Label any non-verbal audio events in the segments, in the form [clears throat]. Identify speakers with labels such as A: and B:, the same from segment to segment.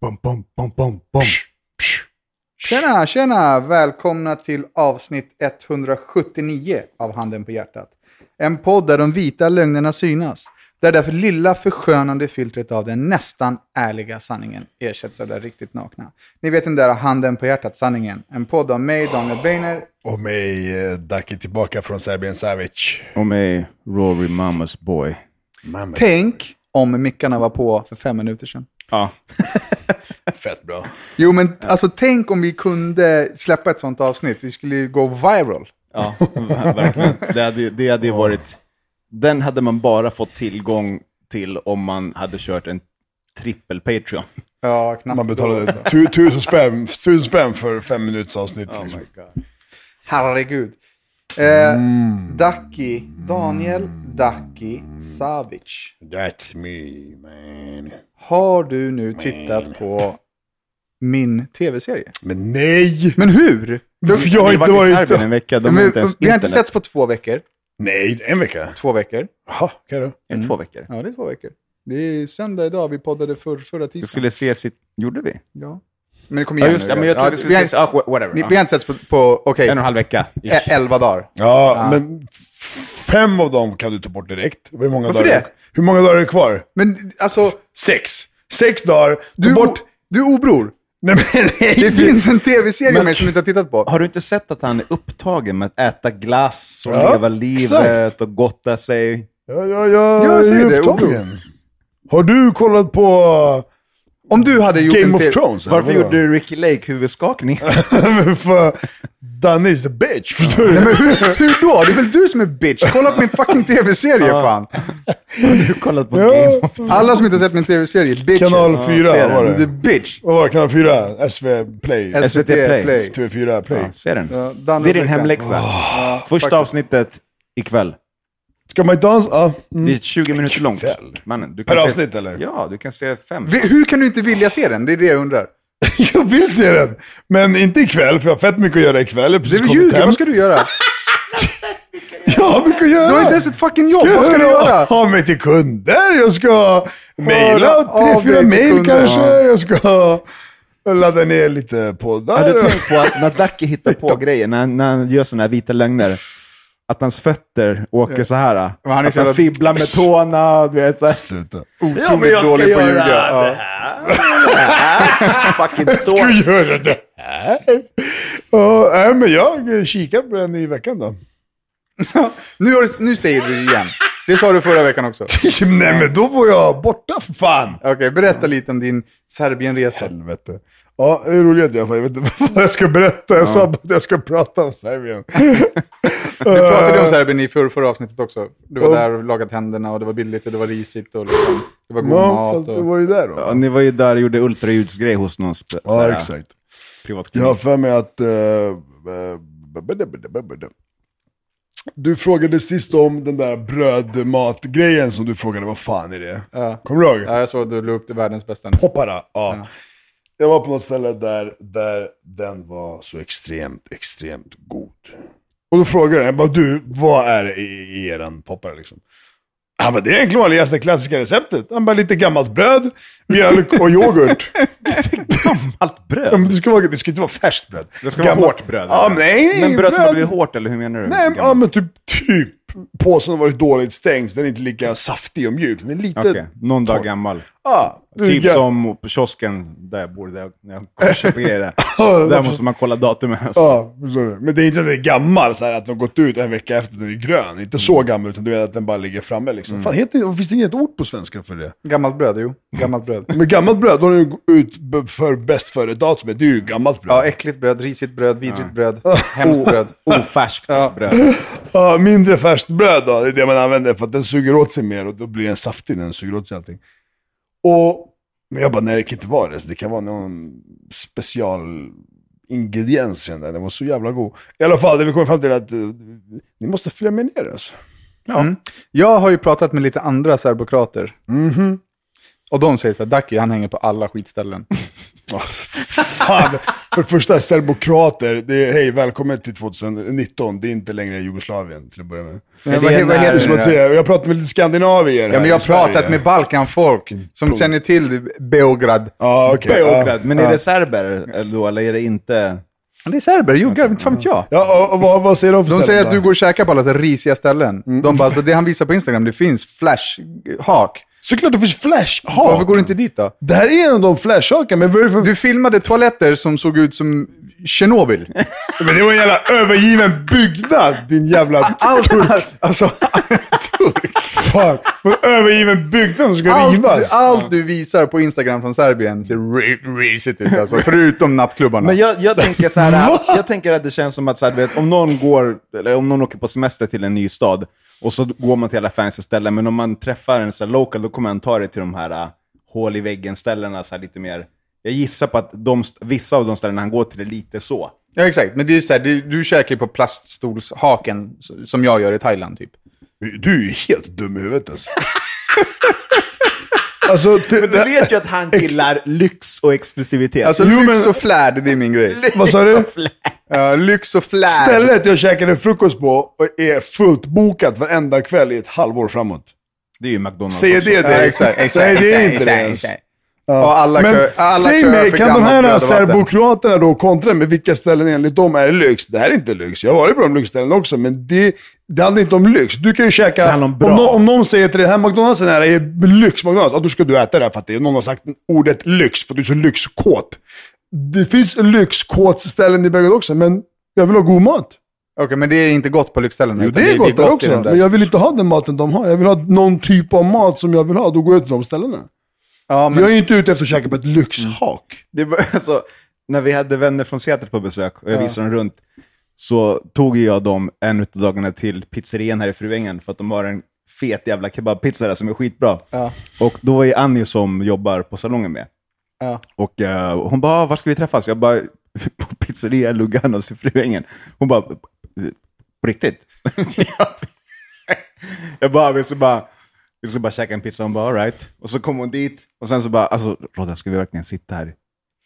A: Bom, bom, bom, bom, bom.
B: Tjena, tjena! Välkomna till avsnitt 179 av Handen på hjärtat. En podd där de vita lögnerna synas. Där därför lilla förskönande filtret av den nästan ärliga sanningen ersätts av den riktigt nakna. Ni vet den där Handen på hjärtat-sanningen. En podd av mig, Daniel Beiner.
A: Och mig, eh, Daki tillbaka från Serbien Savic.
C: Och med Rory Mamas boy.
A: Mamma,
B: Tänk om mickarna var på för fem minuter sedan.
C: Ja.
A: fett bra.
B: Jo, men alltså tänk om vi kunde släppa ett sånt avsnitt. Vi skulle ju gå viral.
C: Ja, ver- verkligen. Det hade, ju- det hade ju varit... Den hade man bara fått tillgång till om man hade kört en trippel Patreon.
B: Ja, knappt.
A: Man betalade tu, tusen, spänn, tusen spänn för fem minuters avsnitt. liksom.
B: Herregud. Eh, Ducky, Daniel Ducky Savic.
A: That's me, man.
B: Har du nu tittat på min tv-serie?
A: Men nej!
B: Men hur?
A: För jag har
C: Vi
A: inte
C: var i
A: varit...
C: Serbien en vecka, de
B: Men,
C: har inte ens
B: vi har inte
C: internet.
B: setts på två veckor.
A: Nej, en vecka.
B: Två veckor.
A: Jaha, okej då.
C: Är det två veckor.
B: Ja, det är två veckor. Det är söndag idag, vi poddade för, förra
C: Vi
B: tisdagen.
C: skulle se sitt... Gjorde vi?
B: Ja. Men det kom igen
C: Ja, just det.
B: nu.
C: Men jag trodde vi
B: vi, har,
C: skulle se... Ah, wha- whatever.
B: ni-
C: Ja.
B: vi har inte setts på, på okej,
C: En och en halv vecka.
B: eh, elva dagar.
A: Ja, men f- fem av dem kan du ta bort direkt. Hur många
B: Varför
A: dagar
B: det?
A: Hur många dagar är det kvar?
B: Men alltså,
A: Sex! Sex dagar! Ta
B: du,
A: bort...
B: du är obror.
A: Nej, men nej!
B: Det finns en tv-serie med som du inte har tittat på.
C: Har du inte sett att han är upptagen med att äta glass och
A: Ja,
C: leva livet
A: exakt.
C: och gotta sig?
A: Ja, ja, ja.
B: Ja, jag säger
A: jag är
B: det,
A: upptagen. Har du kollat på...
B: Om du hade gjort en
A: Game
B: te-
A: of Thrones? eller
C: Varför
A: vadå?
C: gjorde Ricky Lake huvudskakning?
A: Men [laughs] för Danne is a bitch, förstår du?
B: Men hur, hur då? Det är väl du som är bitch? Kolla på min fucking tv-serie fan.
C: Har du kollat på Game of
B: Alla som inte har sett min tv-serie, är bitches.
A: Kanal 4
C: ser
A: var
B: Du är
A: det.
B: bitch.
A: Vad var det? Kanal 4? SV Play?
B: SVT Play.
A: TV4 Play.
C: Ja, se den.
B: Ja, Danne
C: det är din
B: Bäckan.
C: hemläxa. Första
B: faktiskt.
C: avsnittet ikväll.
A: Ska man dansa? Ja. Mm. [laughs]
C: Det är 20 minuter långt.
A: Ikväll.
C: Mannen, du
A: Per
C: kan se...
A: avsnitt, eller?
C: Ja, du kan se fem.
B: Vi- Hur kan du inte vilja se den? Det är det jag undrar.
A: Jag vill se den! Men inte ikväll, för jag har fett mycket att göra ikväll.
B: Det är
A: Jag har precis
B: väl
A: kommit
B: ljuger?
A: hem.
B: Vad ska du göra?
A: [laughs] Jag har mycket att göra!
B: Du har inte ens ett fucking jobb. Vad ska du
A: [laughs]
B: göra?
A: ha mig till kunder, jag ska mejla
B: av dig
A: tre, fyra
B: till
A: mejl
B: kunder.
A: kanske. Jag ska ladda ner lite
C: Har
A: poddar.
C: du tänkt på att när Ducky
A: [laughs]
C: hittar på grejer, när, när han gör sådana här vita lögner, att hans fötter åker så här.
B: Men han är
C: att
B: så jävla-
C: han fibblar med
B: [laughs]
C: tårna. Du vet, så här.
A: Sluta.
C: Ja, men jag ska
B: dålig på att
C: göra
B: ljuga. Ja.
C: det här. Fucking
A: ska
C: tår.
A: göra det här. Ja, nej, men jag kikar på den i veckan då. [laughs]
B: Nu, har du, nu säger du det igen. Det sa du förra veckan också.
A: nej, men då var jag borta för fan.
B: Okej, berätta lite om din Serbienresa.
A: Helvete. Ja, det är roligt att jag, jag vet inte [laughs] vad jag ska berätta. Jag sa bara att jag ska prata om Serbien.
B: Du pratade
A: Eh.
B: om Serbien i förra, förra avsnittet också. Du var där och lagat händerna och det var billigt och det var risigt och liksom, det var god
A: Ja,
B: mat.
A: fast du
B: Och...
A: var ju där då.
C: Ja, ni var ju där och gjorde ultraljudsgrej hos någon sp- så
A: Ja,
C: här,
A: exakt. Jag har
C: privatklinik.
A: för mig att... eh, eh, Du frågade sist om den där brödmatgrejen som du frågade, vad fan är det?
B: Ja.
A: Kommer du ihåg?
B: Ja, jag såg att du la upp det världens bästa nu.
A: Poppara, ja. Jag var på något ställe där, där den var så extremt, extremt god. Och då frågade jag, jag bara, du, vad är det i, i eran poppara liksom? Han bara, det är egentligen vanligaste klassiska receptet. Han bara, lite gammalt bröd, mjölk och
C: [laughs]
A: yoghurt.
C: Gammalt
A: Ja, men
C: bröd?
A: det, ska vara, det ska inte vara färskt bröd.
C: Det ska vara
A: Gammalt-
C: hårt bröd.
A: Ja,
C: eller?
A: nej.
C: Men bröd som har blivit hårt, eller hur menar du?
A: Nej, men- ja,
C: Gammalt.
A: men typ, typ. Påsen har varit dåligt stängd, så den är inte lika saftig och mjuk. Den är lite...
C: Okej, någon dag gammal.
A: Ja, det är
C: Typ
A: ga-
C: som på kiosken där jag bor, där jag, när jag kommer och köper grejer.
B: [laughs]
C: Där Där måste man kolla datumet.
A: Ja, förstår du. men det är inte att den är gammal, så här, att den har gått ut en vecka efter den är grön. Inte så gammal, utan du vet att den bara ligger framme liksom. Fan, heter, det- finns det inget ord på svenska för det?
B: Gammalt bröd, jo. Gammalt bröd.
A: Men gammalt bröd, då är det ju ut b- för bäst före-datumet. Det är ju gammalt bröd.
B: Ja, äckligt bröd, risigt bröd, vidrigt bröd, hemskt bröd.
C: Ofärskt bröd.
A: Ja, mindre färskt bröd då, det är det man använder för att den suger åt sig mer och då blir den saftig när den suger åt sig allting. Och, men jag bara, nej det kan inte vara det. Så det kan vara någon special ingrediens kände jag. Den var så jävla god. I alla fall, det vi kom fram till är att eh, ni måste följa med ner alltså.
C: Mm.
B: Jag har ju pratat med lite andra serbokrater.
C: Mhm.
B: Och de säger så här, Daki han hänger på alla skitställen.
A: Åh, Fan. För det första, serbokrater, det är, hej välkommen till 2019. Det är inte längre Jugoslavien till att börja med.
B: Men
C: det
B: vad,
C: är
B: vad
A: Det är
B: heter
A: som
B: det?
A: att
B: där?
A: säga, jag pratar med lite skandinavier
B: Ja, men jag har pratat med
A: med...
B: Balkanfolk som känner till Beograd.
A: Ja, okej. ja.
C: Beograd. Men är det serber eller då, eller är det inte?
B: Det är serber, juggar, inte fan vet jag.
A: Ja, och, och vad, vad säger de för
B: De
A: sätt
B: säger att
A: då?
B: du går och käkar på alla så här risiga ställen.
A: Mm.
B: De bara, så det han visar på Instagram, det finns flashhak.
A: Såklart det finns flashhak!
B: Varför går du inte dit då?
A: Det här är en av de flashhaken, men vad är det för...
B: Du filmade toaletter som såg ut som Tjernobyl. [laughs]
A: Men det var en jävla övergiven byggnad, din jävla
B: [laughs] Allt,
A: turk!
B: alltså,
A: Fan, det var en övergiven byggnad som
B: [laughs]
A: ska
B: allt,
A: rivas!
B: allt du visar på Instagram från Serbien ser ri- risigt ut [laughs] alltså, förutom nattklubbarna.
C: Men jag, jag, tänker så här, äh, jag tänker att det känns som att så här, du vet, om någon går, eller om någon åker på semester till en ny stad och så går man till alla fancy ställen, men om man träffar en så här, local då kommer han ta det till de här äh, hål i väggen ställena så här, lite mer. Jag gissar på att de, st- vissa av de ställen han går till är lite så.
B: Ja, exakt. Men det är så här, du, du käkar ju på plaststolshaken s- som jag gör i Thailand typ.
A: Du är ju helt dum i huvudet alltså.
B: [laughs]
A: alltså, till,
C: Men du vet ju att han gillar lyx och exklusivitet.
B: Alltså
A: Jo,
B: lyx
C: [laughs]
A: men-
B: och flärd, det är min [laughs] grej.
A: vad sa du?
B: Ja, lyx och flärd.
A: Stället jag käkade frukost på och är fullt bokat varenda kväll i ett halvår framåt.
C: det är ju McDonalds
A: Säger
C: också.
A: det
B: Ja,
A: dig?
B: exakt, exakt.
A: Nej, det är
B: exakt,
A: inte det
B: exakt,
A: ens.
B: exakt. Och alla
A: Men
B: kö, alla
A: säg
B: köer
A: mig,
B: för
A: kan de
B: gammalt bröd
A: här
B: och vatten.
A: serbokraterna då kontra med vilka ställen enligt dem är lyx? Det här är inte lyx. Jag har varit på de lyxställena också, men det, det handlar inte om lyx. Du kan ju käka...
C: Det handlar om bra.
A: någon, om någon säger till dig, här McDonaldsen här är lyx-McDonalds, ja, då ska du äta det här för att det, någon har sagt ordet lyx, för du är så lyxkåt. Det finns lyxkåtsställen i Belgrad också, men jag vill ha god mat.
B: Okej, men det är inte gott på lyxställen.
A: Jo,
B: utan
A: det är gott där
B: i de
A: också, men jag vill inte ha den maten de har. Jag vill ha någon typ av mat som jag vill ha, då går jag till de ställena.
B: Ja, men
A: Jag är inte ute efter att käka på ett lyxhak.
C: det var, [laughs] alltså, när vi hade vänner från Seattle på besök och jag visade dem runt, så tog ju jag dem en utav dagarna till pizzerian här i Fruängen, för att de har en fet jävla kebabpizza där som är skitbra. Och då var ju Annie som jobbar på salongen med.
B: Ja.
C: Och eh, hon bara, "Ah, var ska vi träffas? Jag bara, [laughs] på pizzeria Luganos i Fruängen. Hon bara, på riktigt? [laughs] jag bara, vi ska bara, vi ska bara käka en pizza. Hon bara, all right. Och så kom hon dit och sen så bara, alltså Rodda, ska vi verkligen sitta här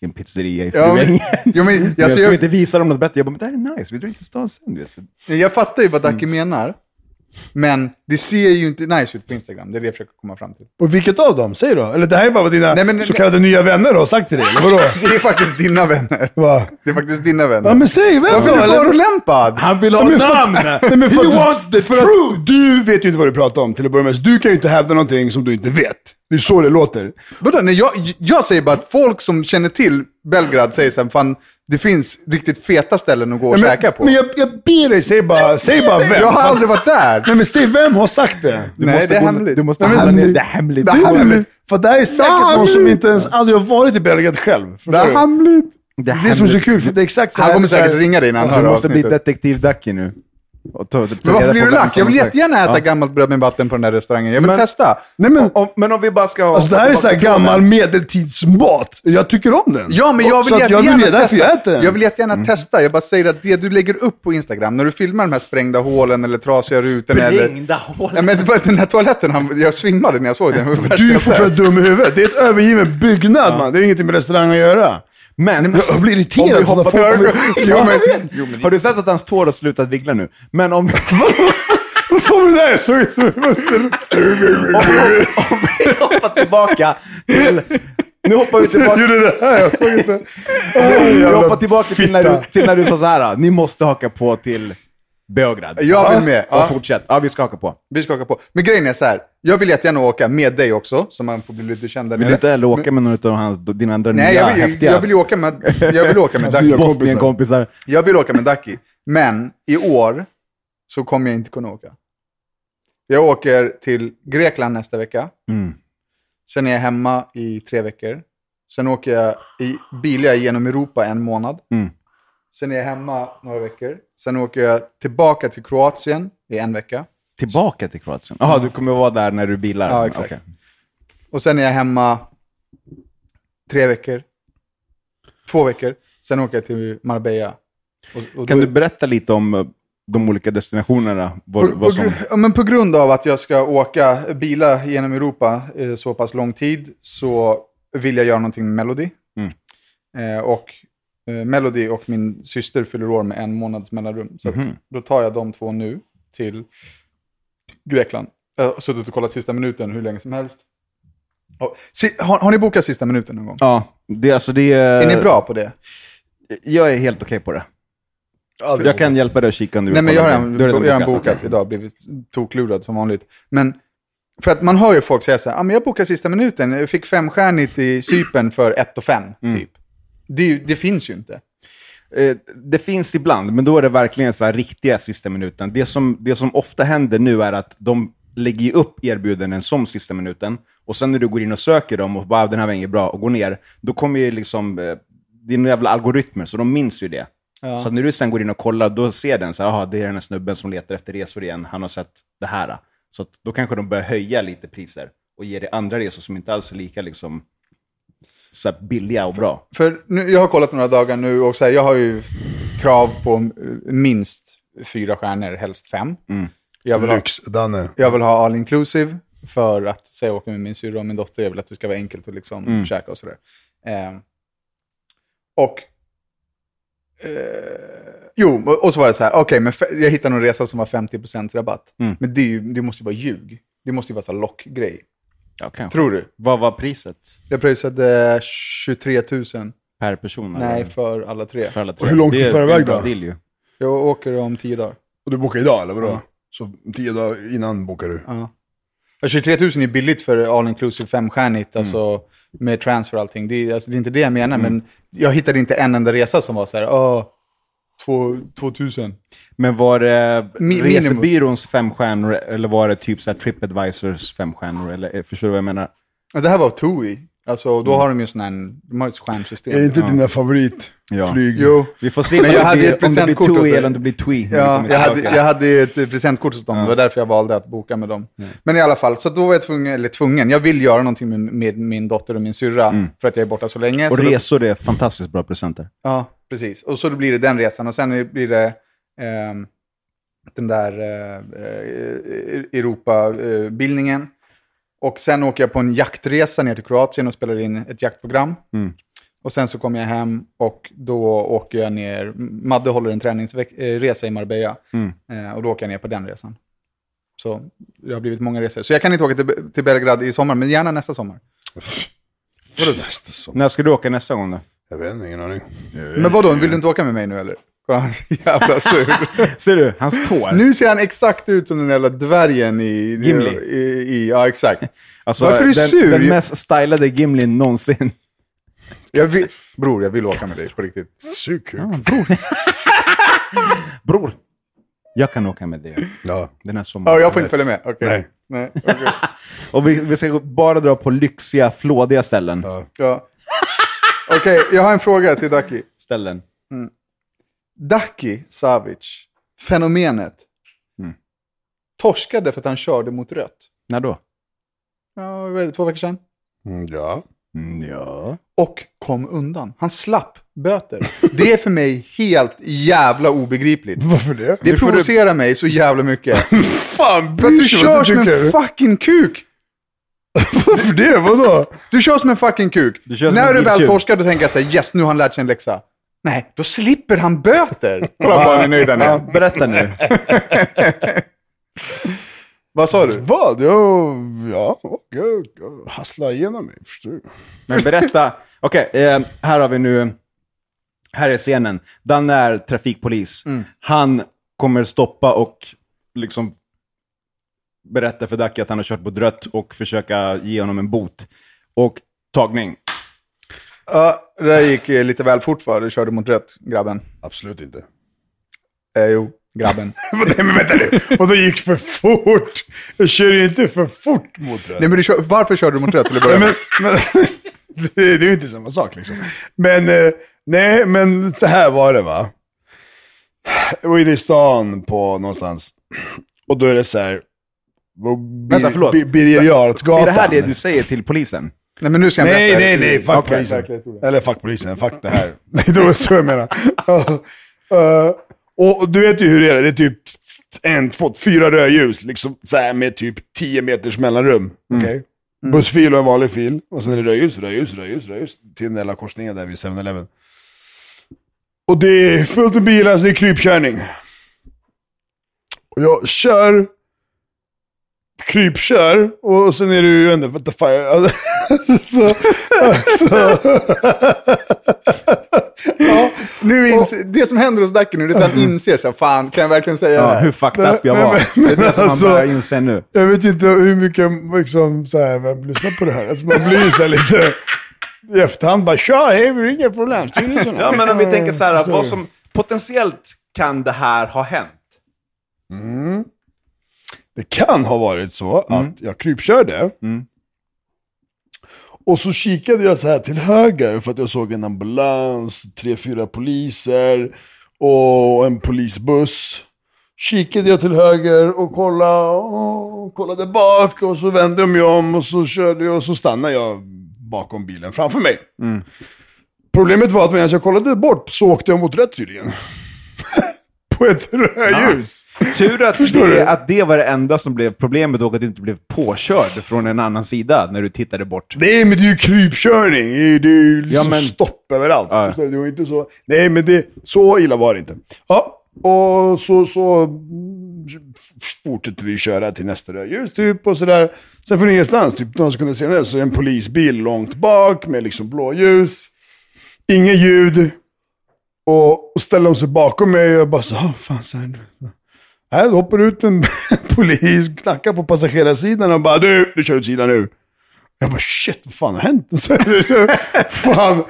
C: i en pizzeria i
B: Ja, men-
C: Fruängen?
B: [laughs] jo, men,
C: Men
B: alltså,
C: jag ska
B: jag-
C: inte visa dem något bättre. Jag bara, men det här är nice, vi drar in till stan sen. Du vet.
B: Jag fattar ju vad Dacke
C: Mm.
B: menar. Men det ser ju inte nice ut på Instagram. Det är det jag försöker komma fram till.
A: Och vilket av dem? Säg då. Eller det här är bara vad dina
B: Nej, men-
A: så kallade nya vänner har sagt till dig. Eller vadå?
B: Det är faktiskt dina vänner.
A: Va?
B: Det är faktiskt dina vänner.
A: Ja men säg, vem
B: Varför är du
A: eller-
B: förolämpad?
C: Han vill ha
A: Ja, men
C: [laughs] namn!
A: för- Nej, men för- för att Du vet ju inte vad du pratar om till att börja med, så du kan ju inte hävda någonting som du inte vet. Det är så det låter.
B: Vadå? Nej, jag, jag säger bara att folk som känner till Belgrad säger så här, fan, det finns riktigt feta ställen att gå och
A: men
B: käka på.
A: men jag, jag ber dig, säg bara, säg bara vem.
B: jag har
A: Fan.
B: aldrig varit där.
A: Nej men säg vem har sagt det?
B: Nej, det är hemligt.
C: Du måste
B: Nej, men-
C: handla ner, det är hemligt.
A: Det är hemligt. För det här är säkert
B: Det är
A: någon som
B: hemligt.
A: inte ens aldrig har varit i Belgrad själv. Förstår
B: Det är
A: du?
B: hemligt.
A: Det är det som är så kul, för det är exakt så
B: Han
A: här-
B: kommer
A: så här-
B: säkert ringa dig när han
C: Du
B: hör
C: måste bli
B: avsnittet.
C: detektiv Ducky nu. Och ta- ta
B: Men
C: reda
B: varför blir
C: på
B: du
C: vem
B: lack?
C: som
B: Jag vill
C: sagt-
B: jättegärna äta
C: Ja.
B: gammalt bröd med vatten på den här restaurangen. Jag vill
C: Men-
B: testa.
A: Nej, men,
C: Om, men om vi bara ska...
A: alltså, det här är så här gammal medeltidsmat. Jag tycker om den.
B: Ja, men jag vill
A: så att jag
B: jättegärna
A: vill därför jag äter
B: testa.
A: den. Mm.
B: Jag vill jättegärna testa. Jag bara säger att det du lägger upp på Instagram, när du filmar de här sprängda hålen eller trasiga rutorna. Eller...
C: Sprängda hål.
B: Ja, men det var den här toaletten, han, jag svimmade när jag såg den. Det var det värsta
A: Du är
B: jag sett.
A: fortfarande dum i huvudet. Det är ett övergiven byggnad, man. Det är ingenting med restaurang att göra.
C: Men...
A: Jag blir
C: Om vi
A: irriterad.
C: hoppar
A: sådana
C: [laughs]
A: folk-
B: Jo,
A: Ja,
B: men-
A: men-
B: jo, men-
C: Har du sett att hans tår har slutat vigla nu? Men om...
A: [laughs] Vad fan var det där? Jag såg ut som...
C: Om vi, om vi hoppar tillbaka till... Nu hoppar vi
A: Jag
C: tillbaka,
A: gjorde det här. Jag såg
C: [laughs]
A: inte.
C: vi
A: jävla
C: hoppar tillbaka till, när du,
A: fitta.
C: till när du sa så här. Ni måste haka på till Beograd.
B: Jag vill med.
C: Ja.
B: Ja.
C: Och fortsätt. Ja, vi ska haka på.
B: Vi skakar på. Men grejen är så här, jag vill jättegärna åka med dig också, så man får bli lite känd där
C: Vill
B: nere.
C: du inte heller åka med någon av hans, dina andra
B: Nej,
C: nya
B: jag vill, ju-
C: häftiga
B: jag vill ju åka med, jag vill åka med Daki.
A: nya kompisar.
C: Bosnien-kompisar?
B: Jag vill åka med Daki. Men i år så kommer jag inte kunna åka. Jag åker till Grekland nästa vecka. Sen är jag hemma i tre veckor. Sen åker jag i, bilar jag genom Europa en månad. Sen är jag hemma några veckor. Sen åker jag tillbaka till Kroatien i en vecka.
C: Tillbaka till Kroatien? Jaha, du kommer vara där när du bilar?
B: Ja, exakt.
C: Okej.
B: Och sen är jag hemma tre veckor. Två veckor. Sen åker jag till Marbella. Och, och
C: Kan
B: då-
C: du berätta lite om eh, de olika destinationerna? Vad,
B: På, på,
C: vad som...
B: gru- ja, men på grund av att jag ska åka, bila genom Europa eh, så pass lång tid så vill jag göra någonting med Melody.
C: Mm.
B: Eh, och eh, Melody och min syster fyller år med en månads mellanrum. Så
C: Mhm.
B: att, då tar jag de två nu till Grekland. Jag har suttit och kollat sista minuten hur länge som helst. Och, si, har, har ni bokat sista minuten någon gång?
C: Ja, det, alltså det
B: Är ni bra på det?
C: Jag är helt okej på det.
A: Aldrig
C: Jag kan hjälpa dig att kika om du
B: Nej, men
C: vill
B: jag har
C: kolla.
B: en,
C: Du har
B: jag
C: redan
B: har en bokat idag, blivit toklurad som vanligt. Men för att man hör ju folk säga så här, ah, men jag bokade sista minuten, jag fick femstjärnigt i Cypern för 1 och 5,
C: Mm.
B: typ. Det, är ju- det finns ju inte.
C: Eh, det finns ibland, men då är det verkligen så här riktiga sista minuten. Det som, det som ofta händer nu är att de lägger ju upp erbjudanden som sista minuten, och sen när du går in och söker dem och bara "Ah, “den här var inget bra” och går ner, då kommer ju liksom, eh, det är några jävla algoritmer, så de minns ju det. Så att när du sen går in och kollar, då ser den så här, “jaha, det är den här snubben som letar efter resor igen, han har sett det här”. Så att då kanske de börjar höja lite priser och ge dig andra resor som inte alls är lika liksom, så här billiga och bra.
B: För nu, jag har kollat några dagar nu och så här, jag har ju krav på eh, minst fyra stjärnor, helst fem.
C: Mm.
B: Jag vill ha-
A: Lyx, Danne.
B: Jag vill ha all inclusive för att, säg jag åker med min syrra och min dotter, jag vill att det ska vara enkelt att liksom käka och sådär. Eh, och eh, Jo, och- och så var det så här, okej, men fe- jag hittade någon resa som var 50% rabatt. Men det, är ju, det måste ju vara ljug. Det måste ju vara så här lockgrej.
C: Ja, kanske.
B: Tror du?
C: Vad var priset?
B: Jag pröjsade 23 000,
C: Per person?
B: nej,
C: eller?
B: för alla tre.
C: för alla tre.
A: Och hur långt i
C: det,
A: förväg
C: det är en bra
A: då?
C: Deal ju.
B: Jag åker om 10 dagar.
A: Och du bokar idag, eller vadå? Så tio dagar innan bokar du?
B: Ja, 23 000 är billigt för all inclusive femstjärnigt, alltså med transfer och allting. Det är, alltså, det är inte det jag menar, men jag hittade inte en enda resa som var så här, åh, två- 2000.
C: Men var det
B: Mi- minimum.
C: resebyråns fem stjärnor eller var det typ så här Tripadvisors fem stjärnor? Eller, eh, förstår du vad jag menar?
B: Alltså, det här var TUI, alltså då har de ju sån här, de har ett
A: Är
B: stjärnsystem.
A: inte dina favoritflyg?
B: Jo.
C: Vi får se
B: Men
C: om
B: jag
C: det
B: hade
C: blir,
B: ett
C: om det blir
B: presentkort åt
C: TUI
B: dig.
C: eller om det blir TUI.
B: Ja, jag, hade, jag hade ju ett presentkort hos dem, det var därför jag valde att boka med dem. Men i alla fall, så då var jag tvungen, eller tvungen, jag vill göra någonting med, med min dotter och min syrra för att jag är borta så länge.
C: Och
B: så då-
C: resor är fantastiskt bra presenter.
B: Ja, precis. Och så då blir det den resan och sen blir det ehm, den där eh, Europabildningen. Och sen åker jag på en jaktresa ner till Kroatien och spelar in ett jaktprogram. Och sen så kommer jag hem och då åker jag ner. Madde håller en träningsresa i Marbella. Eh, och då åker jag ner på den resan. Så det har blivit många resor. Så jag kan inte åka till, till Belgrad i sommar, men gärna nästa sommar.
A: Vadå nästa sommar?
C: När ska du åka nästa gång då?
A: Jag vet inte, ingen aning.
B: Men vadå, vill du inte åka med mig nu eller? [laughs] Kolla, han är så jävla sur.
C: Ser du? Hans tår.
B: Nu ser han exakt ut som den jävla dvärgen i...
C: Gimli.
B: I, i, ja, exakt.
C: Alltså,
B: Varför är du
C: den,
B: sur?
C: Den mest stylade Gimlin någonsin. [laughs]
B: Jag vill, bror, jag vill åka med dig på riktigt.
A: Sug kuk.
C: Bror, jag kan åka med dig
A: Ja.
C: den här sommaren.
B: Ja, jag får inte följa med? Okej.
A: Nej.
B: Nej. okej.
C: Och vi, vi ska bara dra på lyxiga, flådiga ställen.
B: Ja. Okej, jag har en fråga till Daki.
C: Ställen.
B: Daki Savic, fenomenet, Mm. torskade för att han körde mot rött.
C: När då?
B: Ja, vad är det, två veckor sedan.
A: Mm, ja.
C: Mm, Ja.
B: Och kom undan. Han slapp böter. Det är för mig helt jävla obegripligt.
A: Varför det?
B: Det provocerar mig så jävla mycket.
A: Fan,
B: För att
A: bryr
B: du
A: sig vad
B: kör
A: du
B: som en
A: tycker.
B: fucking kuk!
A: Varför det? Vadå?
B: Du kör som en fucking kuk.
C: Du kör som
B: När
C: en
B: du väl
C: biltjuv.
B: torskar, då tänker jag så här, yes, nu har han lärt sig en läxa. Nej, då slipper han
A: [laughs]
B: böter. Kolla vad han är nöjd där
C: Ja,
B: nere.
C: berätta nu.
B: Vad sa du?
A: Vad? Jag, ja, jag, jag hasslar igenom mig, förstår du?
C: [laughs] Men berätta. Okej, eh, här har vi nu... Här är scenen. Danne är trafikpolis. Han kommer stoppa och liksom berätta för Dacke att han har kört på rött och försöka ge honom en bot. Och tagning.
B: Ja, det där gick eh, lite väl fort för. Du körde mot rött, grabben.
A: Absolut inte. [laughs]
B: Eh, jo, grabben.
A: Vadå, men vänta nu. Vadå gick för fort? Jag kör ju inte för fort mot rött.
B: Nej, men du kör, varför körde du mot rött till att börja
A: Nej,
B: med?
A: men, men, [laughs] det, det är ju inte samma sak liksom. Men, eh, nej, men så här var det va. Jag var inne i stan på någonstans. Och då är det så här. Bir,
C: Vänta, förlåt.
A: Bir- Birger Jarlsgatan.
C: Är det här det du säger till polisen?
B: Nej, men nu ska jag
A: Nej,
B: berätta.
A: nej, nej. Fuck
B: Okej, verkligen.
A: polisen. Eller fuck polisen. Fuck det här. [laughs] Nej, det var så jag menar. Eh, och du vet ju hur det är. Det är typ en, två, fyra rödljus. Liksom så här med typ 10 meters mellanrum.
B: Mm.
A: Okej? Bussfil och en vanlig fil. Och sen är det rödljus, rödljus, rödljus, rödljus. Till den där lilla korsningen där vid 7-Eleven. Och det är fullt med bilar, så det är krypkörning. Och jag kör, krypkör, och sen är det ju ändå, what the fuck. [laughs] Alltså, så,
B: Ja, nu ins- det som händer hos Dacke nu det är att han
A: Mm.
B: inser så här, fan, kan jag verkligen säga det
C: Ja,
B: här?
C: hur fucked up jag
A: Nej,
C: var.
A: men-
C: det är det som
A: alltså-
C: man börjar inse nu.
A: Jag vet inte hur mycket, liksom, så här, vem lyssnar på det här? Alltså, man blir ju så här lite i efterhand bara, tja, hej, vi ringer från Länsstyrelsen. Alltså.
C: Ja, men om vi tänker så här, vad som potentiellt kan det här ha hänt?
A: Det kan ha varit så att jag krypkörde. Och så kikade jag så här till höger för att jag såg en ambulans, tre, fyra poliser och en polisbuss. Kikade jag till höger och kollade, och kollade bak och så vände jag mig om och så körde jag och så stannade jag bakom bilen framför mig. Problemet var att medan jag kollade bort så åkte jag mot rött tydligen. [laughs] På ett rödljus.
C: Tur att
A: Förstår
C: det,
A: du?
C: att det var det enda som blev problemet och att du inte blev påkörd från en annan sida när du tittade bort.
A: Nej, men det är ju krypkörning. Det är ju, det är ju liksom
C: Ja, men-
A: stopp överallt.
C: Ja.
A: Förstår du? Det var inte så... Nej, men det, så illa var det inte. Ja, och så, så mm, fortsätter vi köra till nästa rödljus typ och sådär. Sen från ingenstans, typ några sekunder senare, så är en polisbil långt bak med liksom blåljus. Inget ljud. Och, och ställer de sig bakom mig och jag bara så, "Ah, fan så här. Här hoppar ut en [laughs] polis, knackar på passagerarsidan och bara du, du kör åt sidan nu. Jag bara shit, vad fan har hänt? [laughs] Så, fan.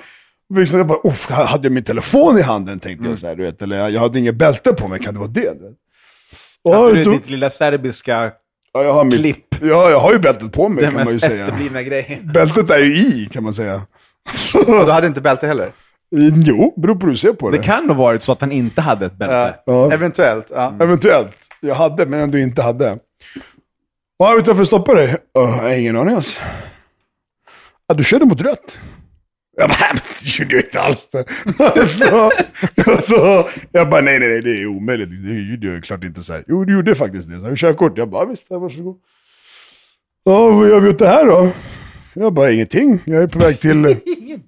A: Liksom, jag bara, uff, hade jag min telefon i handen tänkte
C: Mm.
A: jag så här, du vet. Eller jag hade inget bälte på mig, kan det vara det? du vet? Och,
C: Hade du
A: jag tog-
C: ditt lilla serbiska,
A: ja, jag har mitt,
C: klipp?
A: Ja, jag har ju bältet på mig
C: den
A: kan man ju
C: mest
A: säga.
C: efterblivna grejen?
A: Bältet är ju i, kan man säga.
B: Och du hade inte bälte heller?
A: Jo, beror på hur du ser på det.
C: Det kan ha varit så att han inte hade ett bälte.
A: Ja.
B: Eventuellt, ja.
A: Eventuellt. Jag hade, men ändå inte hade. Vad har utanför stoppar dig? "Öh, jag har ingen aning alls. Ja, du körde mot rött. Jag bara, [laughs] "Nej, men det gjorde jag inte alls det. så, så, jag bara, nej, nej, nej, det är omöjligt. Det gjorde jag ju klart inte så här. Jo, du gjorde faktiskt det. Så här, körkort. Jag bara, "Ja, visst, här, varsågod. Ja, vad gör vi åt det här då? Jag bara, ingenting. Jag är på väg till...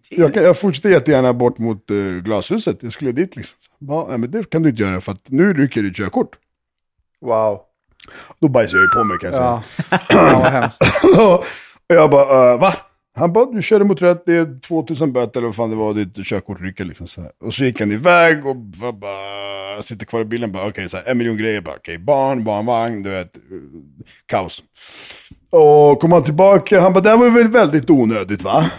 A: Jag, kan, jag fortsätter jättegärna bort mot eh, glashuset. Jag skulle dit liksom. Ja, nej, men det kan du inte göra för att nu rycker ditt körkort.
B: Wow.
A: Då bajsar jag ju på mig kan jag säga.
B: Ja. Fan vad hemskt.
A: [laughs] och jag bara, äh, va? Han bara, du körde mot rött, det är 2000 böter eller vad fan det var, ditt körkort rycker liksom så här. Och så gick han iväg och jag bara, jag sitter kvar i bilen bara, okej, så här, en miljon grejer, bara, okej, barn, barnvagn, du vet, eh, kaos. Och kom han tillbaka, han bara, det här var väl väldigt onödigt va?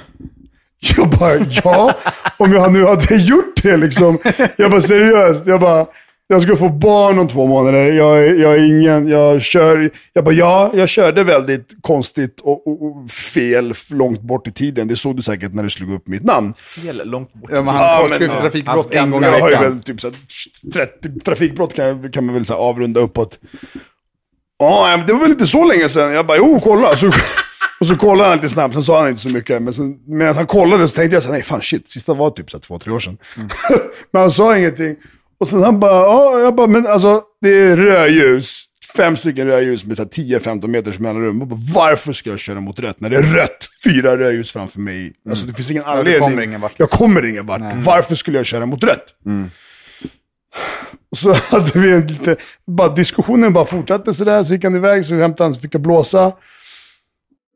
A: Jag bara, ja, om jag nu hade gjort det liksom. Jag bara, seriöst, jag bara, jag ska få barn om två månader. Jag, är- jag är ingen, jag kör, jag bara, ja, jag körde väldigt konstigt och, och, och fel långt bort i tiden. Det såg du säkert när du slog upp mitt namn.
C: Fel, långt bort.
B: Ja, men han
A: Ja,
B: torskar ju
A: men,
B: för
A: ja.
B: trafikbrott
C: Hans
B: en gång i
A: Jag har ju
B: veckan.
A: väl typ så här, 30, trafikbrott kan, jag- kan man väl så här avrunda uppåt. Ja, men det var väl inte så länge sedan. Jag bara, jo, kolla. Så, och så kollade han lite snabbt, sen sa han inte så mycket. Men sen, medan han kollade så tänkte jag så här, nej fan shit, sista var typ så här, två, tre år sedan.
B: Mm.
A: [laughs] men han sa ingenting. Och sen han bara, ja, jag bara, men alltså det är rödljus. Fem stycken rödljus med så här 10-15 meters mellanrum. Jag Bara, varför ska jag köra mot rött när det är rött? Fyra rödljus framför mig. Alltså det finns ingen
B: du
A: anledning.
B: kommer ingen vart.
A: Jag kommer ingen vart. Varför skulle jag köra mot rött? Och så [laughs] hade vi en lite, bara diskussionen bara fortsatte sådär. Så gick han iväg, så hämtade han, så fick jag blåsa.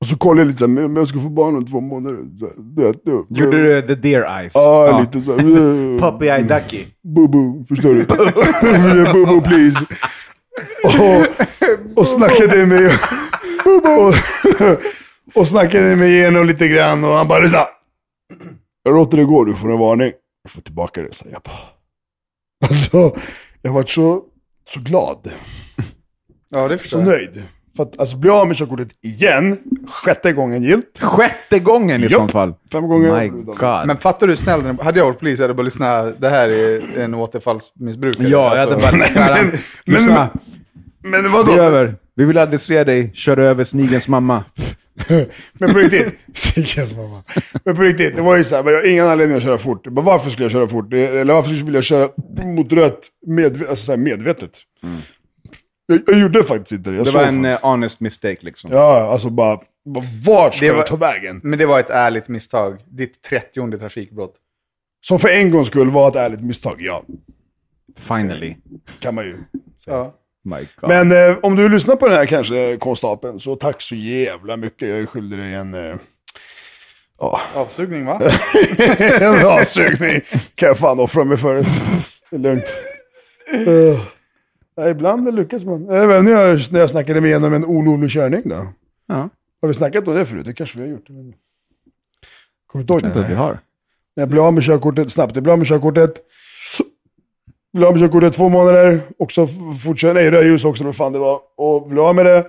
A: Och så kollade jag lite såhär, men jag ska få barn om två månader. Så, det, det, det.
C: Gjorde du the deer eyes?
A: Ja, lite mm. såhär.
C: [laughs] Puppy eye ducky.
A: Bubu, förstår du? Bubu, please. Och, och snackade med och, och snackade med igenom lite grann och han bara, "Lyssna. jag låter det gå, du får en varning. Du får tillbaka det, så jag bara. Alltså, jag vart så, så glad.
B: Ja, det
A: Så nöjd. För att alltså, bli av med körkortet igen, sjätte gången gillt.
C: Sjätte gången i
A: Japp.
C: så fall.
A: Fem gånger.
C: My god.
B: Men fattar du snäll, hade jag varit polis hade jag bara lyssnat, det här är en återfallsmissbrukare.
C: ja, jag hade
B: Alltså,
A: [laughs]
C: bara...
A: men-
C: Men,
A: men-
C: lyssna,
A: Men
C: det
A: vadå?
C: är över. Vi vill aldrig se dig köra över snigens mamma.
A: [laughs] Men på riktigt. [laughs] Sickens mamma. Men på riktigt, det var ju såhär, jag har ingen anledning att köra fort. Jag Bara, varför skulle jag köra fort? Eller varför skulle jag köra mot rött medve- alltså, så här, medvetet? Jag, jag gjorde faktiskt inte det. Jag
C: Mm. Det
A: såg
C: var en
A: faktiskt.
C: eh, honest mistake liksom.
A: Ja, alltså bara, bara vart ska
B: Det var-
A: jag ta vägen?
B: Men det var ett ärligt misstag. Ditt 30 trafikbrott.
A: Som för en gångs skull var ett ärligt misstag, ja.
C: Finally.
A: Kan man ju.
B: Ja.
C: My god.
A: Men eh, om du lyssnar på den här kanske, eh, konstapeln, så tack så jävla mycket. Jag är skyldig dig en... Eh,
B: Avsugning va?
A: [laughs] En avsugning kan jag fan offra mig för. Det är lugnt. Eh, ja, ibland lyckas man. Även när jag, när jag snackade mig igenom en olollig körning då.
C: ja,
A: Har vi snackat om det förut? Det kanske vi har gjort. Men- Kommer du inte ihåg
C: det
A: det? Nej.
C: vi har.
A: Jag blev av med körkortet snabbt. Jag blev av med körkortet. Blev av med körkortet två månader. Också fortsatt, nej rödljus också, vad fan det var. Och blev av med det.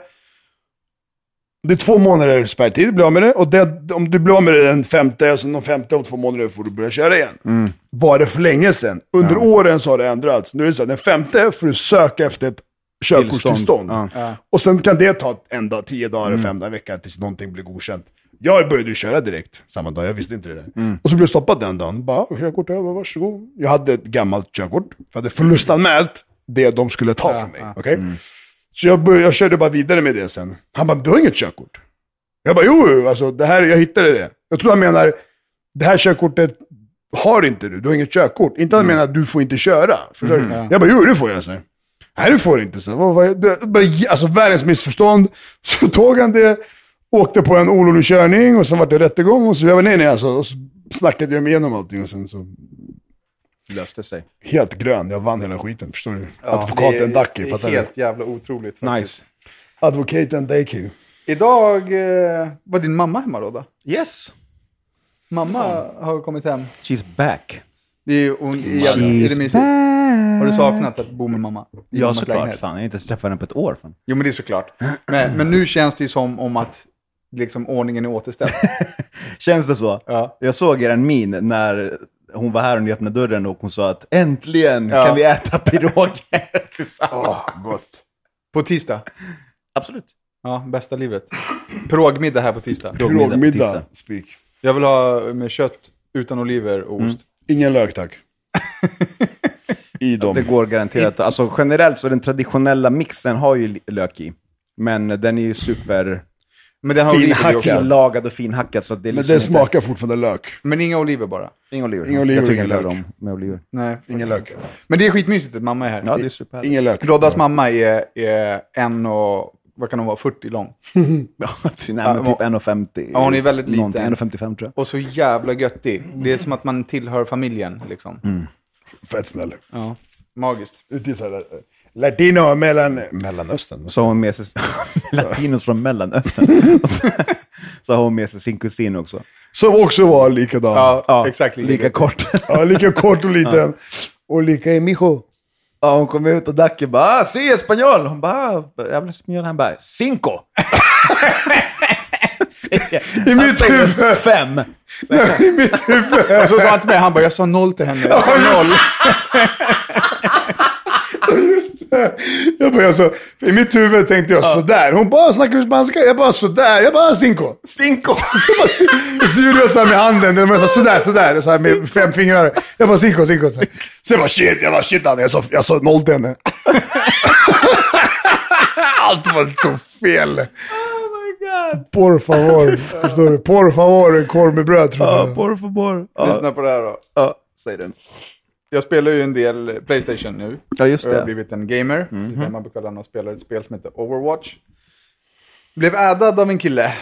A: Det är två månader spärrtid, blir av med det. Och det, om du blir av med det den femte, och sen den femte om två månader får du börja köra igen. Var det för länge sedan? Under åren så har det ändrats. Nu är det så här, den femte får du söka efter ett körkortstillstånd.
C: Tillstånd,
A: Och sen kan det ta en dag, tio dagar, fem dagar, en vecka tills någonting blir godkänt. Jag började ju köra direkt samma dag, jag visste inte det där. Och så blev jag stoppad den dagen. Bara, "Ja, körkort, jag bara, varsågod. Jag hade ett gammalt körkort, för jag hade förlustanmält det de skulle ta från mig. okej? Så jag, började, jag körde bara vidare med det sen. Han bara, du har inget körkort. Jag bara, jo, jo, alltså, det här, jag hittade det. Jag tror han menar, det här körkortet har inte du, du har inget körkort. Inte han menar att du får inte köra. Förstår du? Jag bara, jo det får jag. Så här. Nej, du får inte. Så här, vad, vad, det, bara, alltså världens missförstånd. [laughs] Så tog han det, åkte på en olovlig körning och sen var det rättegång. Och så, jag bara, nej, nej, alltså. Och så snackade jag mig igenom allting och sen så,
C: Löste sig.
A: helt grön, jag vann hela skiten. Förstår du?
B: det är-
A: Advokaten Ducky,
B: det
A: fattar
B: är
A: du?
B: helt jävla otroligt faktiskt.
C: Nice.
A: Advokaten Ducky.
B: Idag eh, var din mamma hemma då? då?
C: Yes.
B: Mamma har kommit hem.
C: She's back.
B: Det är, hon, är, jävla, är det
C: She's
B: mysigt?
C: back.
B: Har du saknat att bo med mamma? I
C: Ja,
B: mammas
C: såklart.
B: lägenhet?
C: Fan, jag har inte träffat henne på ett år. Fan.
B: Jo, men det är såklart. Men, men nu känns det ju som om att liksom, ordningen är återställd.
C: Känns det så?
B: Ja.
C: Jag såg er en min när hon var här och nöt med dörren och hon sa att äntligen
A: Ja.
C: kan vi äta piroger tillsammans.
A: gott.
B: På tisdag?
C: [laughs] Absolut.
B: Ja, bästa livet. Pirogmiddag här på tisdag.
A: Pirogmiddag,
C: tisdag.
A: spik.
B: Jag vill ha med kött utan oliver och
C: Mm.
B: ost.
A: Ingen lök tack. I dem.
C: Det går garanterat. Alltså generellt så den traditionella mixen har ju lök i. Men den är ju super
B: Men den har oliver i också.
A: Finhackad.
C: tillagad och finhackad. Så det är
A: Men
C: liksom
A: det
C: inte-
A: smakar fortfarande lök.
B: Men inga oliver bara.
C: Inga oliver.
A: Inga oliver,
C: jag tycker
A: ingen
C: inte
A: lök.
C: om med oliver.
B: Nej.
A: Ingen lök.
B: Men det är skitmysigt att mamma är här.
C: Ja, det är superhärligt.
A: Ingen lök.
B: Roddas mamma är, är en och, vad kan hon vara, 40 lång.
C: [laughs] Ja, nej, men typ 1,50.
B: Ja, hon är väldigt liten.
C: Någonting, 1,55 tror jag.
B: Och så jävla göttig. Det är som att man tillhör familjen liksom.
C: Mm.
A: Fett snäll.
B: Ja, magiskt.
A: Det är så här, eh, Latino mellan... Mellanöstern?
C: Så har hon med sig [laughs] latinos från Mellanöstern.
B: [laughs]
C: Och så, så har hon med sig sin kusin också.
A: Som också var likadan. Ja.
B: Ja, exakt.
C: Lika, kort.
A: lika kort och liten. Och lika i mijo.
C: ja, hon kom ut och Dacke bara ah, si espanol. Hon bara ah, jag blir spanjol. Han bara cinco.
B: [laughs]
C: [laughs] I
A: mitt huvud.
C: Fem. [laughs]
B: Och så sa han till mig, han bara, jag sa noll till henne. Jag sa noll.
A: Just det. Jag bara, jag sa, I mitt huvud tänkte jag sådär. Hon bara, snackar du spanska? Jag bara, sådär. Jag bara, cinco. Cinco. [laughs] Så, bara, si- så gjorde jag såhär med handen. Den var så, sådär, sådär. Så här med fem fingrar. Jag bara, cinco, cinco. Så. Sen bara, shit. Jag bara, shit Danne. Jag sa, jag sa noll till henne. [laughs] Allt var så
B: Oh
A: fel. Por favor. Förstår du? Por favor, en korv med bröd tror
C: Ja,
A: jag.
C: por favor. Ja,
B: Lyssna på det här då.
C: ja, säg den.
B: Jag spelar ju en del Playstation nu.
C: Ja, just
B: Jag har
C: det. Mhm.
B: blivit en gamer. Sitter hemma på kvällarna och spelar ett spel som heter Overwatch. Blev addad av en kille.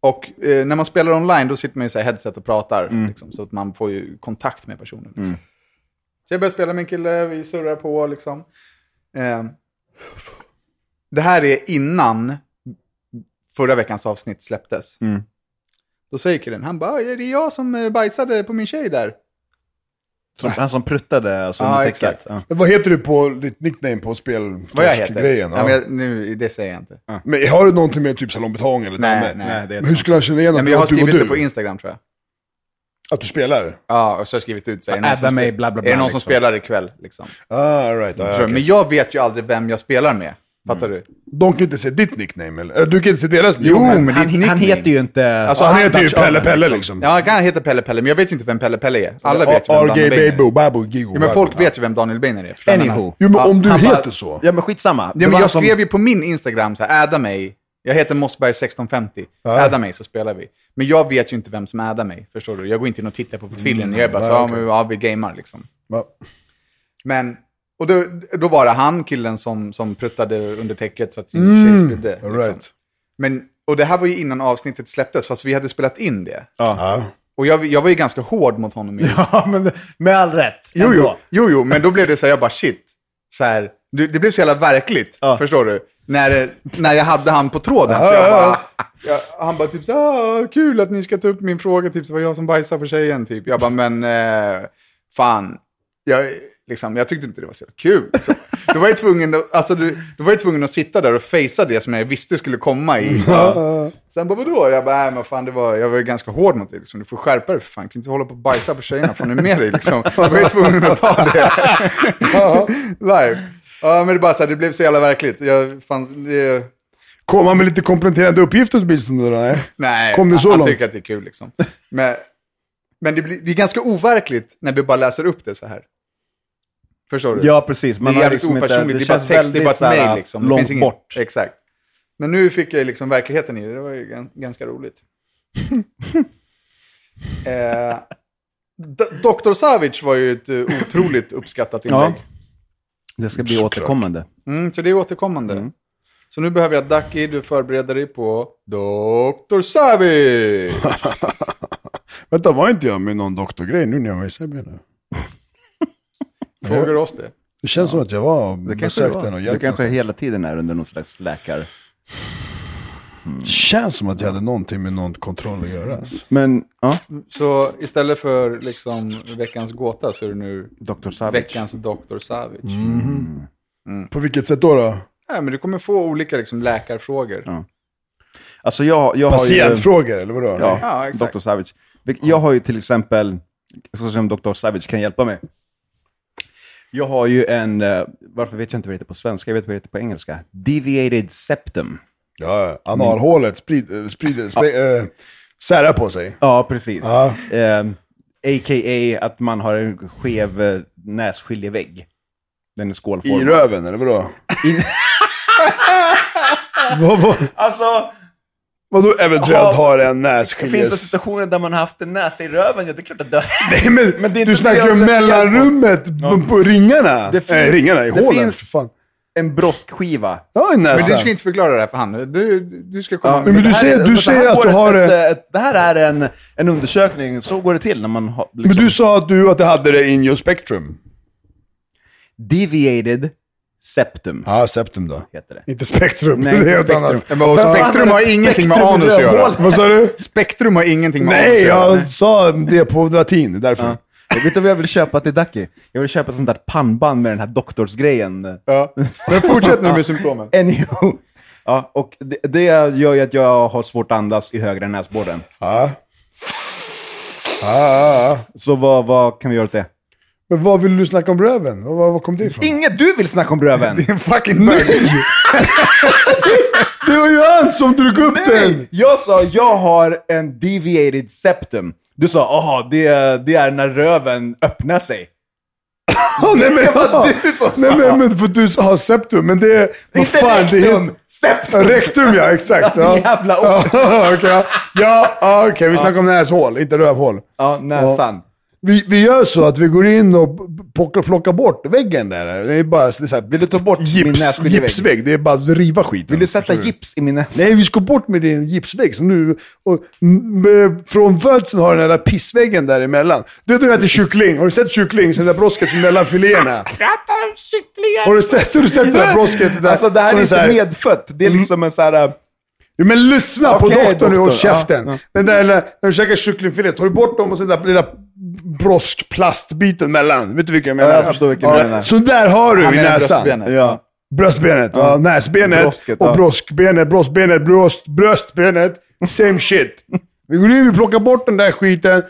B: Och eh, när man spelar online då sitter man i så här headset och pratar.
C: Mm.
B: Liksom, så att man får ju kontakt med personen. Liksom. Så jag började spela med en kille, vi surrar på liksom. Eh, det här är innan förra veckans avsnitt släpptes.
C: Mm.
B: Då säger killen, han bara, "Ja, det är jag som eh, bajsade på min tjej där.
C: Som, han som pruttade alltså,
B: Ja,
C: under
B: exakt.
C: täcket. Ja.
A: Vad heter du på ditt nickname på spel?
B: Vad jag heter.
A: Grejen,
B: ja. men jag, nu, det säger jag inte.
A: [laughs] Men har du någonting med typ salongbetong eller
B: Nej,
A: Danne?
B: nej, nej, det är
A: Men hur skulle han känna igen
B: Nej,
A: att
B: men
A: det
B: jag har
A: var du och
B: skrivit det på
A: du?
B: Instagram tror jag.
A: Att du spelar?
B: Ja, och så har jag skrivit ut. Så är det
C: Så
B: någon som
C: adda mig,
B: spe-
C: bla, bla,
B: Är
C: bla,
B: det någon som
C: liksom.
B: spelar ikväll? Liksom.
A: Ah, all right. Ah,
B: Så,
A: okay.
B: Men jag vet ju aldrig vem jag spelar med. Fattar du?
A: De kan inte se ditt nickname, eller? Eh, Du kan inte se deras nickname.
B: men det är ett
C: Han, han
B: nickname.
C: heter ju inte...
B: Alltså,
A: han,
B: han
A: heter ju
B: touchar
A: Pelle
B: mig,
A: Pelle liksom.
B: Ja, han kan heta Pelle Pelle, men jag vet ju inte vem Pelle Pelle är. Alla vet ju vem
A: RG
B: Daniel Beiner
A: Babu,
B: är.
A: Babu, Gigo.
B: Jo, men folk
A: Babu.
B: vet ju vem Daniel Beiner är. förstår du vad jag menar?
C: Anywho.
A: Jo, men om du
C: Han bara-
A: heter så.
C: Ja, men skitsamma. Det
B: Ja,
C: var
B: men
C: han
B: jag
C: som-
B: skrev ju på min Instagram så här, adda mig. Jag heter Mossberg1650.
A: Ja.
B: Adda mig så spelar vi. Men jag vet ju inte vem som addar mig. Förstår du? Jag går inte in och tittar på profilen. Jag är bara så,
A: Mm,
B: ja, men, ja, vi gamar liksom.
A: Va?
B: Men, och då, då var det han, killen som, som pruttade under täcket så att sin tjej spydde.
A: Mm, All
B: Liksom.
A: right.
B: Men, och det här var ju innan avsnittet släpptes, fast vi hade spelat in det.
A: Ja.
B: Och jag, jag var ju ganska hård mot
A: [laughs]
B: honom. i-
C: Ja, men med all rätt.
B: Jo, jo,
C: ändå.
B: jo, jo, men då blev det så här, jag bara shit. Så här, det, det blev så jävla verkligt, förstår du? När, när jag hade han på tråden. Så jag bara, jag, han bara typ så här, "Ah, kul att ni ska ta upp min fråga, typ så var jag som bajsade för tjejen, typ. Jag bara, men eh, fan, jag, liksom, jag tyckte inte det var så jävla kul. Så, då, var jag tvungen, att- alltså, du, då var jag tvungen att sitta där och fejsa det som jag visste skulle komma i. Sen bara, vadå? Jag bara, nej men fan, det var, jag var ju ganska hård mot dig. Liksom. Du får skärpa dig för fan. Du kan inte hålla på och bajsa på tjejerna. Fan, är det med dig liksom? Jag var ju tvungen att ta
A: [laughs]
B: det. Live. Ja, men det, bara så här, det blev så jävla verkligt. Jag fanns, det,
A: Komma med lite kompletterande uppgifter åtminstone. då, Nej.
B: nej,
A: Kom ni så
B: han
A: långt?
B: tycker att det är kul liksom. Men, men det, blir, det är ganska overkligt när vi bara läser upp det så här. Förstår du?
C: Ja, precis.
B: Man
C: Man
B: det är
C: har
B: jävligt
C: liksom inte,
B: opersonligt. Det, är bara
C: känns
B: text, det är bara
C: väldigt
B: ett
C: så här,
B: mejl. Liksom. Det
C: Långt
B: finns ingen-
C: bort.
B: Exakt. Men nu fick jag liksom verkligheten i det. Det var ju gans- ganska roligt. [laughs] eh, D- Dr. Savic var ju ett eh, otroligt uppskattat inlägg.
C: Det ska bli återkommande.
B: Mm, så det är återkommande. Så nu behöver jag att Ducky, du förbereder dig på Dr. [laughs] Savic.
A: Vänta, var inte jag med någon doktorgrej nu när jag var i Serbien? nu?
B: Frågar oss det.
A: Det känns som att jag var och besökte den och
C: Du
A: hjälpte
C: kanske
A: någonstans.
C: hela tiden är under någon slags läkare.
A: Det känns som att jag hade någonting med någon kontroll att göra. alltså.
C: Men, ja.
B: Så istället för liksom veckans gåta så är det nu
C: Dr. Savic.
B: veckans Dr. Savic. Mm.
A: På vilket sätt då? då?
B: Nej, men du kommer få olika liksom, läkarfrågor.
C: Alltså jag, jag har ju...
A: Patientfrågor, eller vadå?
C: Ja,
B: Ja, exakt.
C: Dr. Savage. Vil- Jag har ju till exempel så som Dr. Savage kan hjälpa mig. Jag har ju en, eh, varför vet jag inte vad det heter på svenska, jag vet vad det heter på engelska. Deviated septum.
A: Ja, analhålet sprider, sprider, sprider eh, särar på sig.
C: Ja, precis.
A: Ja.
C: Ehm, A.k.a. att man har en skev eh, nässkiljevägg. Den är
A: I
C: skålformad.
A: röven, eller vadå? [laughs]
C: In-
A: vad, vad,
C: alltså,
A: vadå eventuellt
C: Ja.
A: har en
C: det finns
A: nässkiljes...
C: situationer där man har haft en näsa i röven, ja det är klart att det
A: [laughs] Nej, men,
C: Men det är
A: du
C: inte
A: snackar
C: deras
A: ju
C: fel på.
A: mellanrummet på, på ringarna.
C: Det
A: Nej,
C: finns-
A: ringarna i
C: det
A: hålen.
C: finns-
A: för Fan.
C: En broskskiva.
A: Ja, en
B: Men
A: näsa.
B: du ska inte förklara det här för han. Du, du ska komma
C: Ja,
B: med
A: men du
C: det här
A: säger-
C: är-
A: du
C: så
A: säger
C: här
A: att
C: går
A: du
C: ett-
A: har eh,
C: ett, eh,
A: en-
C: ett- Det här är en, en undersökning, så går det till när man har
A: Men
C: liksom,
A: du sa att du, att du hade det in your spectrum.
C: deviated septum.
A: Ja, septum då.
C: Heter det.
A: Inte spektrum,
C: Nej,
A: det är helt
C: spektrum.
A: annat.
B: Ja, men och
A: Vad fan
B: spektrum
A: är
B: har
A: det?
B: ingenting med
C: spektrum
B: anus att göra.
C: rövhål?
A: Vad sa du?
B: Spektrum har ingenting med anus
A: Nej,
B: att göra.
A: jag sa det på latin, därför.
C: Ja. Jag vet du vad jag vill köpa till Ducky? Jag vill köpa ett sånt där pannband med den här doktorsgrejen.
B: Ja. Men fortsätt nu med symptomen.
C: Anywho. Ja, och det, det gör ju att jag har svårt att andas i högra näsborren.
A: Ja. Ja, ja, ja.
C: Så vad, vad kan vi göra åt det?
A: Men vad vill du snacka om röven? Vad- Vad vad kom det ifrån?
C: Inget du vill snacka
A: [laughs]
C: om röven!
A: fucking bög! det var ju han som drog upp den!
C: Nej, jag sa jag har en deviated septum. Du sa, aha, det, det är när röven öppnar sig.
A: Ja, nej, men,
C: Det var du som
A: nej,
C: sa.
A: men, men för du sa septum, men det är... Vad
C: Inte
A: fan, det är-
C: rektum, septum.
A: Rektum ja, exakt.
C: Ja, det jävla
A: ja,
C: ord.
A: okej, [laughs] ja. ja, ja, okej, vi snackar om näshål, inte rövhål.
C: Ja, näsan.
A: Vi, vi gör så att vi går in och plockar, plockar bort väggen där. Det är bara det är så här,
C: Vill du ta bort min
A: gips,
C: nässkiljevägg?
A: gipsvägg. Det är bara att riva skiten.
C: Vill du sätta
A: Förstår
C: gips i min näsa?
A: Nej, vi ska bort med din gipsvägg. Så nu, och, m- m- från födseln har du den där pissväggen däremellan. Du vet när jag äter kyckling. Har du sett kyckling? Så det där brosket som är mellan filéerna.
C: Pratar om kycklingar!
A: Har du sett, har du sett det där brosket? där?
C: Alltså det här
A: Som
C: är
A: så
C: inte
A: här- Mm.
C: medfött. Det är liksom en så här...
A: Jo, men lyssna på
C: Okej,
A: doktorn nu och håll
C: doktor. Ja,
A: käften.
C: ja.
A: Den där lilla, när du käkar kycklingfilé, tar du bort dem och sen den där lilla broskplastbiten mellan. Vet du vilken jag menar?
C: Ja, jag förstår vilken
A: Ja,
C: du menar.
A: Så där har du
B: Han
A: i
B: menar
A: näsan.
B: bröstbenet.
C: Ja.
A: Bröstbenet, ja. näsbenet
C: Brosket,
A: och
C: ja.
A: broskbenet, bröstbenet, bröst, bröstbenet. Same shit. Vi går in, vi plockar bort den där skiten,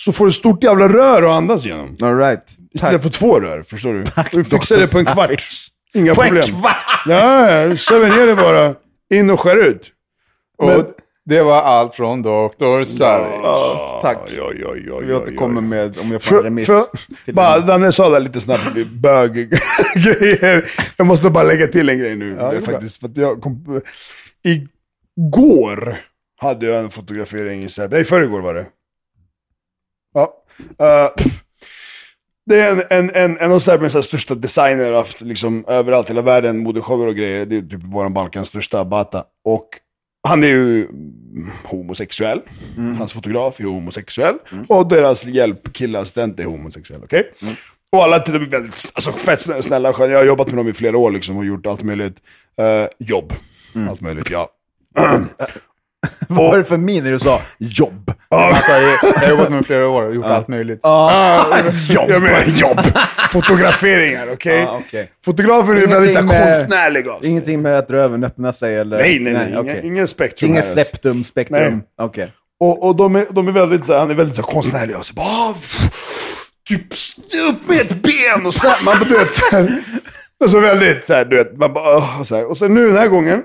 A: så får du ett stort jävla rör att andas genom.
C: All right.
A: Istället för två rör, förstår du? Och vi fixar
C: Dr.
A: det på en kvart.
C: Savage.
A: Inga
C: På en
A: problem.
C: kvart!
A: Ja, ja, söver ner det bara. In och skär ut. Men-
B: Och det var allt från Dr. Savage.
C: Tack.
A: Oj, oj, oj, oj,
C: Vi
A: oj,
C: återkommer med om jag får en
A: För,
C: remiss.
A: för,
C: [laughs] till
A: bara,
C: en-
A: Danne sa där lite snabbt [laughs] bög-grejer. Jag måste bara lägga till en grej nu. det är faktiskt, för att jag kom, igår hade jag en fotografering i Säby. Nej, förrgår var det. Ja. Eh, det är en, en, en, en av Serbiens så här största designer, haft liksom överallt, hela världen, modeshower och grejer. Det är typ våran Balkans största, Bata. Och han är ju mm, homosexuell.
C: Mm.
A: Hans fotograf är homosexuell. Och deras hjälpkillassistent är homosexuell, okej?
C: Mm.
A: Och alla till och med väldigt, alltså fett snä- snälla, sköna. Jag har jobbat med dem i flera år liksom och gjort allt möjligt. Eh, jobb.
C: Mm.
A: Allt möjligt, ja.
C: Vad var det för min när du sa jobb?
A: Ah.
B: Alltså, jag jag har jobbat med flera år och gjort allt möjligt.
A: jobb. Jag menar Ah, jobb. Fotograferingar, okej?
C: Ah, okej.
A: Fotografer är ju väldigt så här,
C: Ingenting med-
A: konstnärliga. alltså. av sig.
C: Ingenting med att röven öppnar sig eller?
A: Nej, nej, nej.
C: okej.
A: Ingen, ingen spektrum
C: Ingen
A: här. alltså.
C: septum, spektrum.
A: Nej.
C: Okej.
A: Och, och de, är, de är väldigt så här, han är väldigt så här, konstnärlig och så bara, ah, pff, typ st- upp med ett ben och så här, man du vet så här. Alltså väldigt så här, du vet, man bara, ah, så här. Och sen nu den här gången,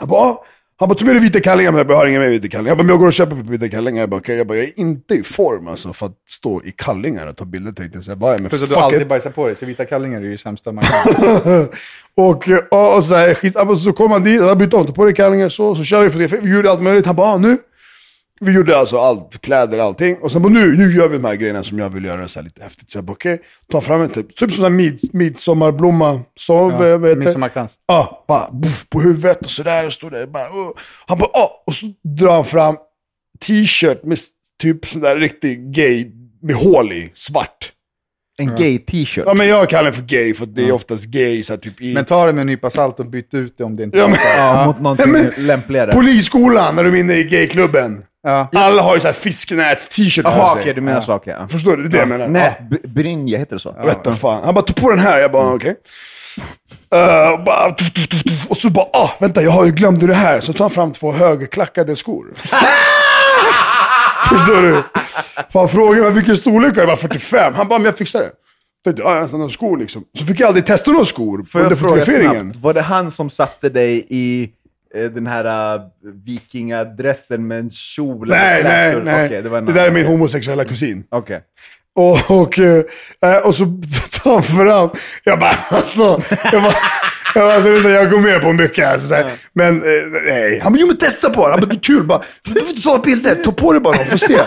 A: jag bara, ah, han bara, ta med dig vita kallingar, men jag bara, jag har inga med vita kallingar. Jag bara, men jag går och köper vita kallingar. Jag bara, okej. jag, bara jag är inte i form alltså för att stå i kallingar och ta bilder tänkte jag. Så jag bara, men
B: Plus att du
A: fuck
B: alltid
A: it.
B: bajsar på dig, så vita kallingar är ju sämsta man kan.
A: Och, eh, och, och så, här, skit, ja, men så kom han dit, han bytte om, tog på dig kallingar så, så kör vi fotografering. Vi gjorde allt möjligt. Han bara, ah, nu. Vi gjorde alltså allt, kläder, allting. Och sen bara, nu, nu gör vi de här grejerna som jag vill göra så här lite häftigt. Så jag bara, okej. Ta fram en typ, typ sån där mid, midsommarblomma. Så, vad heter det?
B: Midsommarkrans.
A: Ja, bara buff, på huvudet och sådär. Och stod där, bara, uh. Han bara, ah. Och så drar han fram t-shirt med s- typ sån där riktig gay, med hål i, svart.
C: En gay t-shirt.
A: Ja, men jag kallar den för gay, för det är oftast gay, så här, typ i...
B: Men ta det med en nypa salt och byt ut det om det inte
A: Ja, men-
C: Ja, mot någonting
A: Nej, men-
C: lämpligare.
A: Polisskolan, när de är inne i gayklubben.
B: Ja.
A: Alla har ju så här fisknäts-t-shirt
C: Jaha,
A: på
C: okej,
A: sig.
C: du menar så. okej, ja.
A: Förstår du? Det är det jag menar.
C: Nej, Mm. br- brinja, heter det så?
A: Ja, vet du fan. Han bara, ta på den här. Jag bara, okej. Eh, och bara, tuff, tuff, tuff, tuff. och så bara, ah,
C: [laughs]
A: vänta, jag har ju glömde det här. Så tar han fram två högklackade skor. Förstår du? Fan, frågade mig vilken storlek är det? Jag bara 45. Han bara, men jag fixar det. Då tänkte jag, ja, jag har några skor liksom. Så fick jag aldrig testa några skor
C: Får
A: under
C: jag fråga
A: fotograferingen.
C: snabbt, var det han som satte dig i eh, den här eh, vikingadressen med en kjol?
A: Nej, nej,
C: Okej,
A: nej.
C: det, var en
A: det där är min homosexuella kusin.
C: Okej.
A: Och, och, eh, och så tar han fram. Jag bara, alltså. Jag bara, jag, bara, alltså, vänta, jag går med på mycket. Alltså, så här. Men eh, nej. Han bara, jo men testa på det. Han bara, det är kul. Bara, du behöver inte ta bilder. Ta på dig bara dem, får se.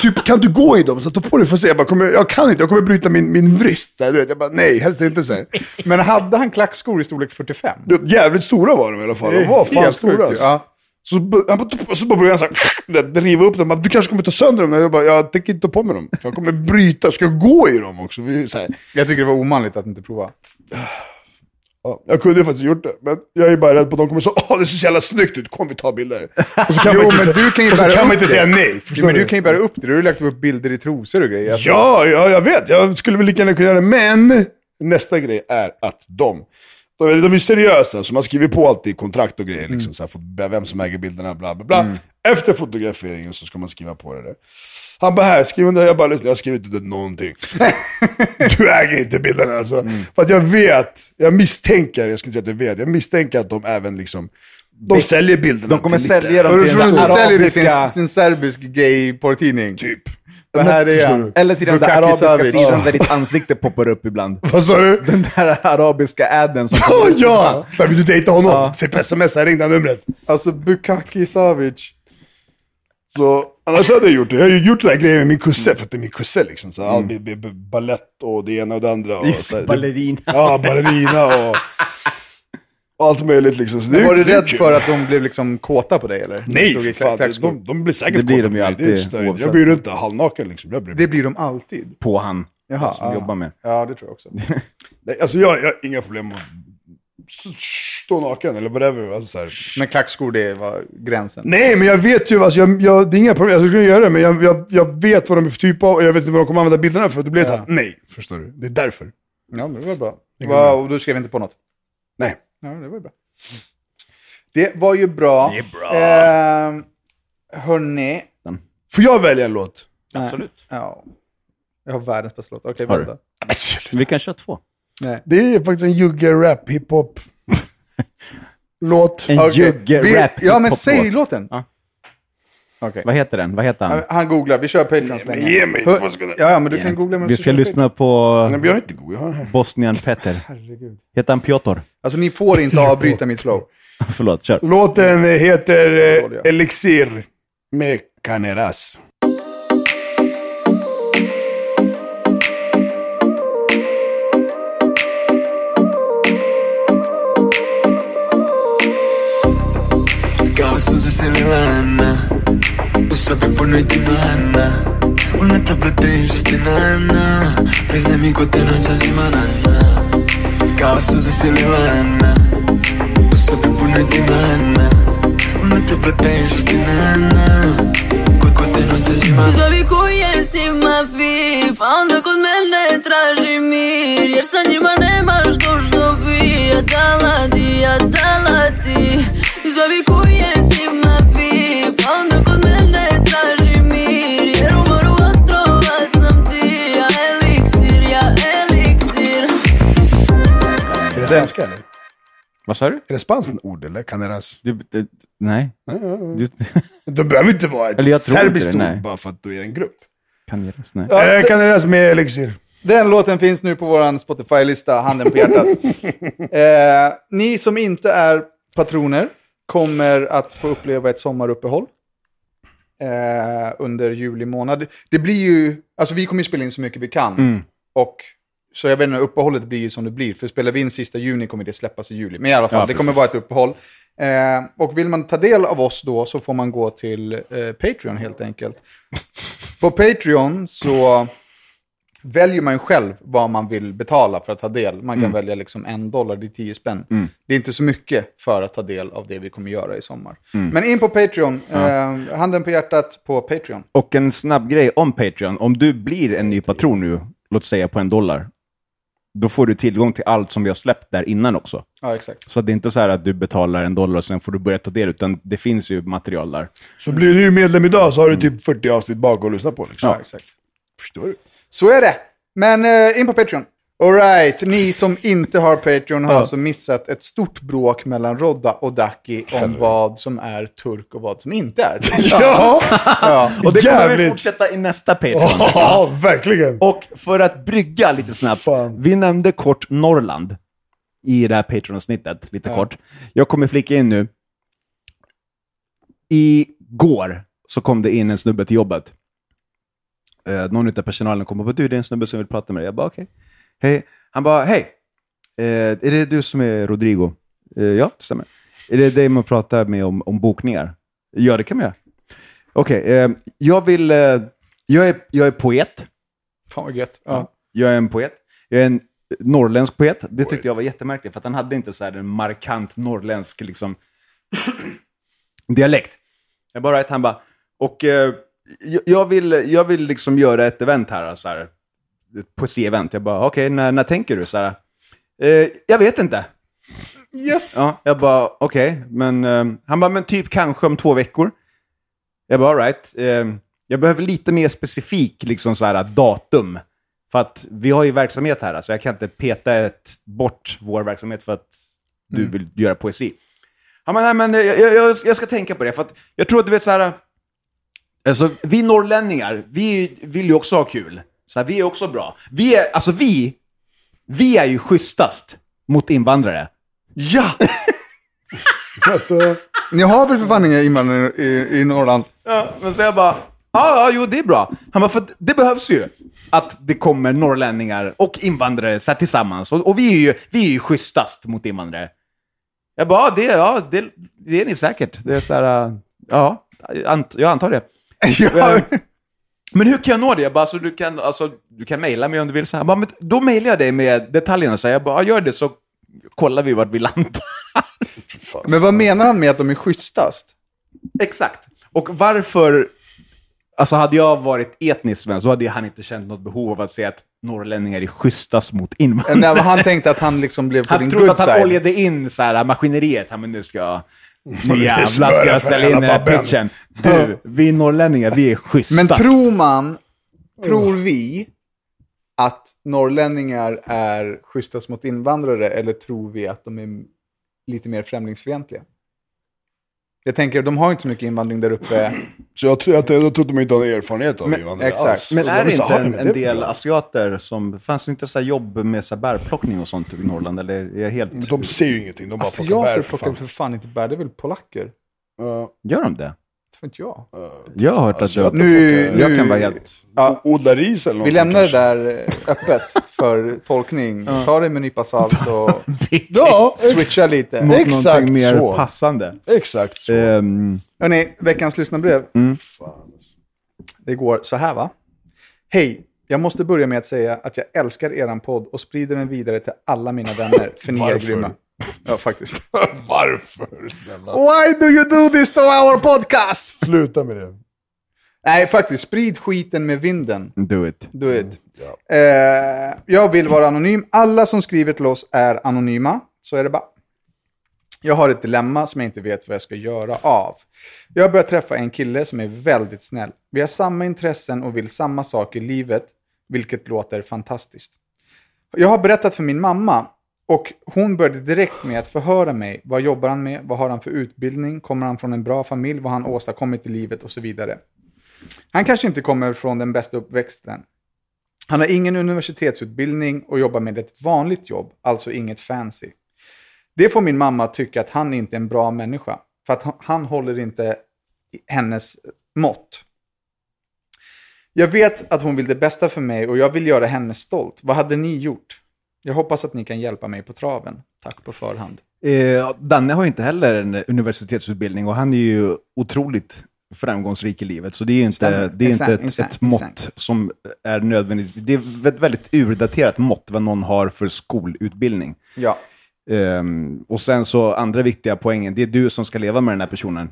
A: Typ, kan du gå i dem? Så ta på dig, får se. Jag bara, kommer, jag kan inte. Jag kommer bryta min, min vrist. Så här, du vet. Jag bara, nej, helst inte. Så här.
B: Men hade han klackskor i storlek 45?
A: Du vet, Jävligt stora var de i alla fall.
B: Det
A: De
B: är
A: var fan
B: helt sjukt
A: stora.
B: ju.
A: Alltså.
B: Ja.
A: Så, b- han bara, så bara började han så här, [laughs] driva upp dem. Han bara, Du kanske kommer ta sönder dem. Jag bara, jag tänker inte ta på mig dem. Jag kommer bryta. Ska jag gå i dem också? Vi, så här.
B: Jag tycker det var omanligt att inte prova.
A: Ja, jag kunde ju faktiskt gjort det, men jag är bara rädd på att de kommer så åh det ser så jävla snyggt ut, kom vi tar bilder. Och så
B: [laughs]
A: kan
B: Jo,
A: man inte,
B: men
A: säga-
B: du kan ju
A: och så
B: bära
A: kan man
B: upp
A: inte
B: det.
A: säga nej,
B: Jo,
A: förstår
B: men du kan ju bära upp det. Du har ju lagt upp bilder i trosor och grejer. Alltså,
A: Ja, ja, jag vet. Jag skulle väl lika gärna kunna göra det, men nästa grej är att de, de, är- de är ju seriösa, så man skriver på alltid kontrakt och grejer, liksom, så här, för vem som äger bilderna, bla bla bla. Efter fotograferingen så ska man skriva på det där. Han bara, här, skriv under. Jag bara, lyssna, jag har skrivit inte någonting. du äger inte bilderna alltså. För att jag vet, jag misstänker, jag ska inte säga att jag vet, jag misstänker att de även liksom, de säljer bilderna
C: De kommer
A: till
C: sälja dem
B: Vad
A: lite,
B: du
C: till
B: tror du
C: den
B: som säljer det till en,
C: arabiska...
B: till en serbisk gay-porrtidning?
A: Typ.
B: Det här är
A: Förstår du?
B: jag.
C: Eller till den där
B: Bukkake
C: arabiska
B: Savic.
C: sidan där ditt ansikte poppar upp ibland.
A: Vad sa du?
C: Den där arabiska adden som...
A: Ja, ja! Så här, vill du dejta honom? Se på sms, här, ring det här numret.
B: Alltså Bukaki Savic.
A: Så Alltså, annars hade jag gjort det. Jag har ju gjort den här grejen med min kusse, för att det är min kusse liksom. Så all, b- b- ballett och det ena och det andra. Och,
C: Just
A: så här,
C: ballerina.
A: Ja, ballerina och, och allt möjligt liksom. Så det, är-
B: Var du
A: det är
B: rädd
A: kul.
B: för att de blev liksom kåta på dig eller?
A: Nej,
B: Tog i
A: för
B: klack-
A: fan.
B: klackskor.
A: De, de blir säkert
C: Det blir
A: kåta
C: de
A: på
C: ju
A: mig. Det är
C: alltid,
A: större. Jag
C: oavsett.
A: blir ju inte halvnaken liksom. Jag blir
B: Det blir de alltid.
C: På han.
B: Jaha,
C: Som
B: ja.
C: jobbar med.
B: Ja, det tror jag också.
A: Nej, alltså jag, jag har inga problem med att stå naken eller whatever. Alltså, så här.
B: Men klackskor, det var gränsen.
A: Nej, men jag vet ju, alltså, jag, jag, det är inga problem, jag skulle kunna göra det, men jag, jag, jag vet vad de är för typ av och jag vet inte vad de kommer använda bilderna för. Då blir det så här, nej, förstår du? Det är därför.
B: Ja, men det var bra. Va, och du skrev inte på något?
A: Nej.
B: Ja, det var ju bra. Det var ju bra.
A: Mm. Det är bra.
B: Ehm, hörni.
A: Får jag välja en låt?
B: Absolut. Ja. Jag har världens bästa låt. Okej,
C: Har du?
B: vänta.
C: Vi kan köra två.
B: Nej.
A: Det är faktiskt en jugge-rap, hiphop. Låt.
C: En
B: Okej,
C: jugge
B: vi-
C: rap
B: Ja, men
C: hiphop
B: säg
C: låt.
B: låten.
C: Ja.
B: Okej.
C: Vad heter den? Vad heter han?
B: Han- Han googlar. Vi kör Patreon så länge.
A: ge mig
B: Hör-
A: två sekunder.
B: Ja, ja, men du kan googla. men
C: Vi
B: så
C: ska
B: kör
C: lyssna på
A: Nej, men jag är inte god, jag har den här.
C: Bosnian Petter. Heter han Piotr?
B: Alltså ni får
A: [laughs]
B: inte avbryta mitt flow.
C: [laughs] Förlåt, kör.
A: Låten heter
B: Dåliga.
A: eh, Elixir med Caneras.
D: Kao suze se lana U sobi puno i dimana Una tableta i žestinana Priznaj mi ko te noća zima rana Kao suze se lana U sobi puno i dimana Una tableta i žestinana Ko ko te noća zima rana
E: Zovi ko jesi ma pif A onda kod mene traži mir Jer sa njima nemaš to što bi Ja dala ti, ja dala ti Zovi ko jesi ma pif A onda kod mene traži mir Jer u moru otrova sam ti Ja eliksir, ja eliksir
A: Är det svenska eller?
C: Vad sa du?
A: Är det spanskt ord eller? Caneras?
C: du, du nej. Du,
A: Det behöver inte vara
C: Eller jag
A: ett
C: tror inte
A: serbiskt
C: det, nej.
A: ord bara för att du är en grupp.
C: kan göras, nej.
B: Ja,
A: Eh,
B: det-
A: Caneras med Elixir.
B: Den låten finns nu på vår Spotify-lista, handen på hjärtat. eh, ni som inte är patroner kommer att få uppleva ett sommaruppehåll eh, under juli månad. Det blir ju, alltså vi kommer ju spela in så mycket vi kan. Och så jag vet inte, uppehållet blir ju som det blir. För spelar vi in sista juni kommer det släppas i juli. Men i alla fall,
C: Ja,
B: det kommer vara ett uppehåll. Eh, och vill man ta del av oss då så får man gå till eh, Patreon helt enkelt. På Patreon så väljer man ju själv vad man vill betala för att ta del. Man
A: Mm.
B: kan välja liksom en dollar, det är tio spänn. Det är inte så mycket för att ta del av det vi kommer göra i sommar.
A: Mm.
B: Men in på Patreon, eh, handen på hjärtat på Patreon.
C: Och en snabb grej om Patreon. Om du blir en ny patron nu, låt säga på en dollar, då får du tillgång till allt som vi har släppt där innan också.
A: Ja, exakt.
C: Så att det är inte så här att du betalar en dollar och sen får du börja ta del, utan det finns ju material där.
A: Så blir du ju medlem idag så har du typ 40 avsnitt bak att lyssna på. Liksom.
C: Ja,
A: exakt. Förstår du?
B: Så är det. Men eh, in på Patreon. Alright, ni som inte har Patreon har alltså missat ett stort bråk mellan Rodda och Daki om vad som är turk och vad som inte är turk.
A: [laughs] Ja,
C: Och det kommer vi
A: Jävligt.
C: fortsätta i nästa Patreon.
A: [laughs] ja verkligen.
C: Och för att brygga lite snabbt.
A: Fan.
C: Vi nämnde kort Norrland i det här Patreon-snittet, lite kort. Jag kommer flika in nu. Igår så kom det in en snubbe till jobbet. Eh, någon utav personalen kom och bara, du det är en snubbe som vill prata med dig. Jag bara, okej. Hej. Han bara, hej. Eh, är det du som är Rodrigo? Eh, ja, det stämmer. Är det dig man pratar med om, om bokningar? Ja, det kan man göra. Okej, eh, jag vill... Eh, jag, är, jag är poet.
B: Fan vad gött. Ja.
C: Jag är en poet. Jag är en eh, norrländsk poet. Det tyckte jag var jättemärkligt, för att han hade inte så här en markant norrländsk liksom, [clears throat] dialekt. Jag bara, right, han bara, och eh, jag- jag vill, jag vill liksom göra ett event här, så här ett poesi-event. Jag bara, okej, när, när tänker du? Så här, eh, jag vet inte.
B: Yes.
C: Ja, jag bara, okej, men eh, han bara, men typ kanske om två veckor. Jag bara, all right. Eh, jag behöver lite mer specifik liksom så här, datum. För att vi har ju verksamhet här, så jag kan inte peta ett, bort vår verksamhet för att du vill göra poesi. Han bara, nej men eh, jag, jag, jag ska tänka på det, för att jag tror att du vet så här, Alltså, vi norrlänningar, vi vill ju också ha kul. Så här, vi är också bra. Vi är, alltså vi, vi är ju schysstast mot invandrare.
B: ja!
C: [laughs]
A: Alltså,
B: Ni har väl för fan inga invandrare i, i Norrland?
C: Ja, men så jag bara, ja, ja, jo, det är bra. Han bara, för det behövs ju att det kommer norrlänningar och invandrare så här, tillsammans. Och, och vi är ju vi är ju schysstast mot invandrare. Jag bara, ja, det, ja, det, det är ni säkert. Det är så här, äh, ja, ant, jag antar det. Eh, Men hur kan jag nå det? Jag bara, alltså, du kan, alltså, du kan mejla mig om du vill. Så här. Han bara, men då mejlar jag dig med detaljerna. Så här. jag bara, ja, gör det så kollar vi vart vi landar.
B: Men vad menar han med att de är schysstast?
C: Exakt. Och varför... Alltså hade jag varit etnisk svensk, då hade han inte känt något behov av att säga att norrlänningar är schysstast mot invandrare.
B: Nej, men han tänkte att han liksom blev på
C: Han
B: din
C: trodde
B: good
C: att han
B: side.
C: oljade in så här, maskineriet. Han men nu ska jag... Nu
A: det är
C: jävlar ska
A: smör
C: jag
A: för
C: sälja in den
A: hela
C: här
A: babben.
C: pitchen. Du, vi norrlänningar, vi är schysstast.
B: Men tror man,
C: Oh.
B: tror vi att norrlänningar är schysstast mot invandrare eller tror vi att de är lite mer främlingsfientliga? Jag tänker, de har ju inte så mycket invandring där uppe.
A: så jag tror att jag tror att de inte har någon erfarenhet av
C: Men-
A: invandrare
B: exakt.
A: alls.
C: Men
A: Och
C: är
A: de
C: det
A: så
C: inte
A: här,
C: en,
A: men
C: en
A: det-
C: del asiater som... Fanns det inte så här jobb med så här bärplockning och sånt i Norrland? Eller är jag helt...
A: De ser ju ingenting, de bara
B: Alltså
A: plockar bär
B: jag
A: för
B: plockar
A: fan.
B: för fan inte bär, det är väl polacker?
A: Ja,
C: Gör de det?
B: Det vet inte jag.
C: Jag har hört att
A: Asiater
C: jag...
B: Nu-
C: jag kan
B: nu-
C: vara helt...
B: Ja.
A: Odlar ris eller
B: Vi
A: någonting
B: lämnar det
A: kanske.
B: där eh, öppet för tolkning. Ta det med en nypa salt
C: [laughs]
B: och
A: Ja, ex-
B: switcha lite.
A: Nej.
C: mot
A: Exakt
C: någonting mer
A: så.
C: passande.
A: exakt så.
C: Ehm,
B: Hörrni, veckans lyssnarbrev.
A: Mm.
B: Det går så här va? Hej! Jag måste börja med att säga att jag älskar eran podd och sprider den vidare till alla mina vänner, för ni är
A: Varför?
B: grymma. Ja, faktiskt.
A: [laughs] Varför? Snälla,
B: Why do you do this to our podcast?
A: sluta med det.
B: Nej, faktiskt. Sprid skiten med vinden.
C: do it.
B: Do it. eh, jag vill vara anonym. Alla som skriver till oss är anonyma. Så är det bara. Jag har ett dilemma som jag inte vet vad jag ska göra av. Jag har börjat träffa en kille som är väldigt snäll. Vi har samma intressen och vill samma sak i livet, vilket låter fantastiskt. Jag har berättat för min mamma och hon började direkt med att förhöra mig. Vad jobbar han med? Vad har han för utbildning? Kommer han från en bra familj? Vad har han åstadkommit i livet? Och så vidare. Han kanske inte kommer från den bästa uppväxten. Han har ingen universitetsutbildning och jobbar med ett vanligt jobb, alltså inget fancy. Det får min mamma tycka att han inte är en bra människa, för att han- han håller inte i- hennes mått. Jag vet att hon vill det bästa för mig och jag vill göra henne stolt. Vad hade ni gjort? Jag hoppas att ni kan hjälpa mig på traven. Tack på förhand.
C: Eh, Danne har ju inte heller en universitetsutbildning och han är ju otroligt framgångsrik i livet. Så det är ju
B: Stämmer.
C: inte, det är ju inte
B: Exakt,
C: ett,
B: exakt,
C: ett mått
B: exakt.
C: som är nödvändigt. Det är ett väldigt urdaterat mått vad någon har för skolutbildning.
B: Ja.
C: Ehm, och sen så andra viktiga poängen, det är du som ska leva med den här personen.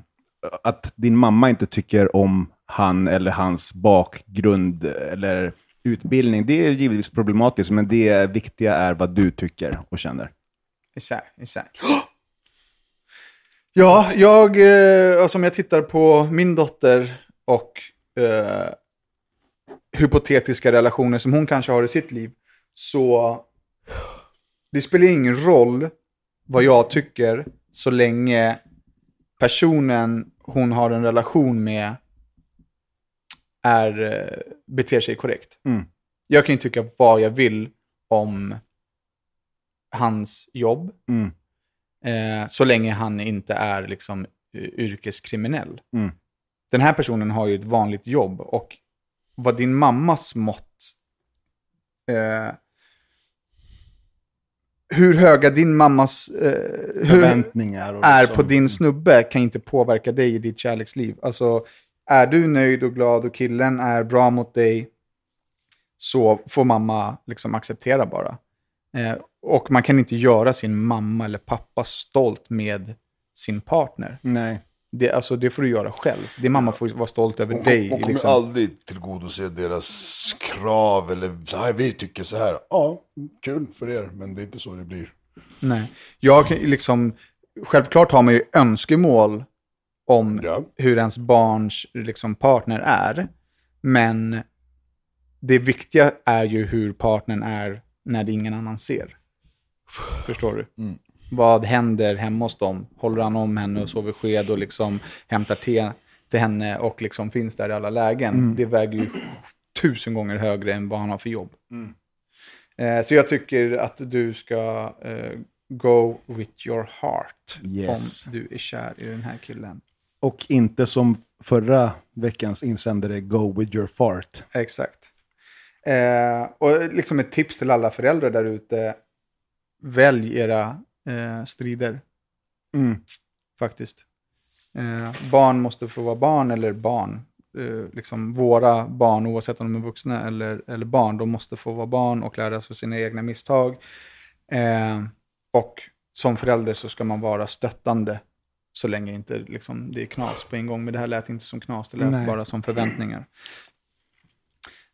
C: Att din mamma inte tycker om han eller hans bakgrund eller utbildning, det är givetvis problematiskt, men det viktiga är vad du tycker och känner.
B: Exakt, exakt. Ja, jag, eh, alltså om jag tittar på min dotter och eh, hypotetiska relationer som hon kanske har i sitt liv, så det spelar ingen roll vad jag tycker så länge personen hon har en relation med är, eh, beter sig korrekt. Jag kan ju tycka vad jag vill om hans jobb. Eh, så länge han inte är liksom eh, yrkeskriminell. Den här personen har ju ett vanligt jobb och vad din mammas mått... Eh, hur höga din mammas... Eh, hur,
C: Förväntningar och
B: är
C: liksom-
B: på din snubbe kan inte påverka dig i ditt kärleksliv. Alltså, är du nöjd och glad och killen är bra mot dig så får mamma liksom acceptera bara. Eh, och man kan inte göra sin mamma eller pappa stolt med sin partner.
C: Nej.
B: Det, alltså, det får du göra själv. Din mamma får vara stolt över
A: Hon,
B: dig.
A: hon kommer
B: liksom.
A: aldrig tillgodose deras krav eller så här, vi tycker så här. Ja, kul för er, men det är inte så det blir.
B: Nej. Jag kan ju liksom, självklart har man ju önskemål om
A: Ja.
B: hur ens barns liksom, partner är. Men det viktiga är ju hur partnern är när det ingen annan ser. Förstår du? Mm. Vad händer hemma hos dem? Håller han om henne och sover sked och liksom hämtar te till henne och liksom finns där i alla lägen? Det väger ju tusen gånger högre än vad han har för jobb. Eh, Så jag tycker att du ska eh, go with your heart
C: Yes.
B: om du är kär i den här killen.
C: Och inte som förra veckans insändare, go with your fart.
B: Exakt. Eh, och liksom ett tips till alla föräldrar där ute. Välj era eh, strider.
C: Mm.
B: Faktiskt. Eh, barn måste få vara barn eller barn. Eh, liksom våra barn, oavsett om de är vuxna eller, eller barn, de måste få vara barn och lära sig sina egna misstag. Eh, och som förälder så ska man vara stöttande så länge inte liksom, det är knas på en gång. Men det här lät inte som knas, det lät
C: Nej.
B: bara som förväntningar.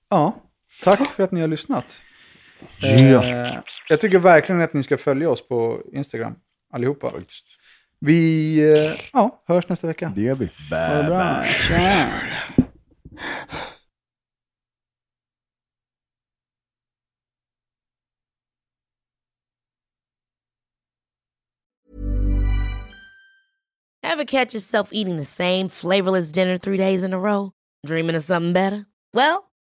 B: Ja, tack för att ni har lyssnat. Eh, jag tycker verkligen att ni ska följa oss på Instagram, allihopa.
A: Faktiskt.
B: Vi eh, ja, hörs nästa vecka.
C: Det gör vi.
B: Ha det bra. Tja.
F: Ever catch yourself eating the same flavorless dinner three days in a row? Dreaming of something better? Well,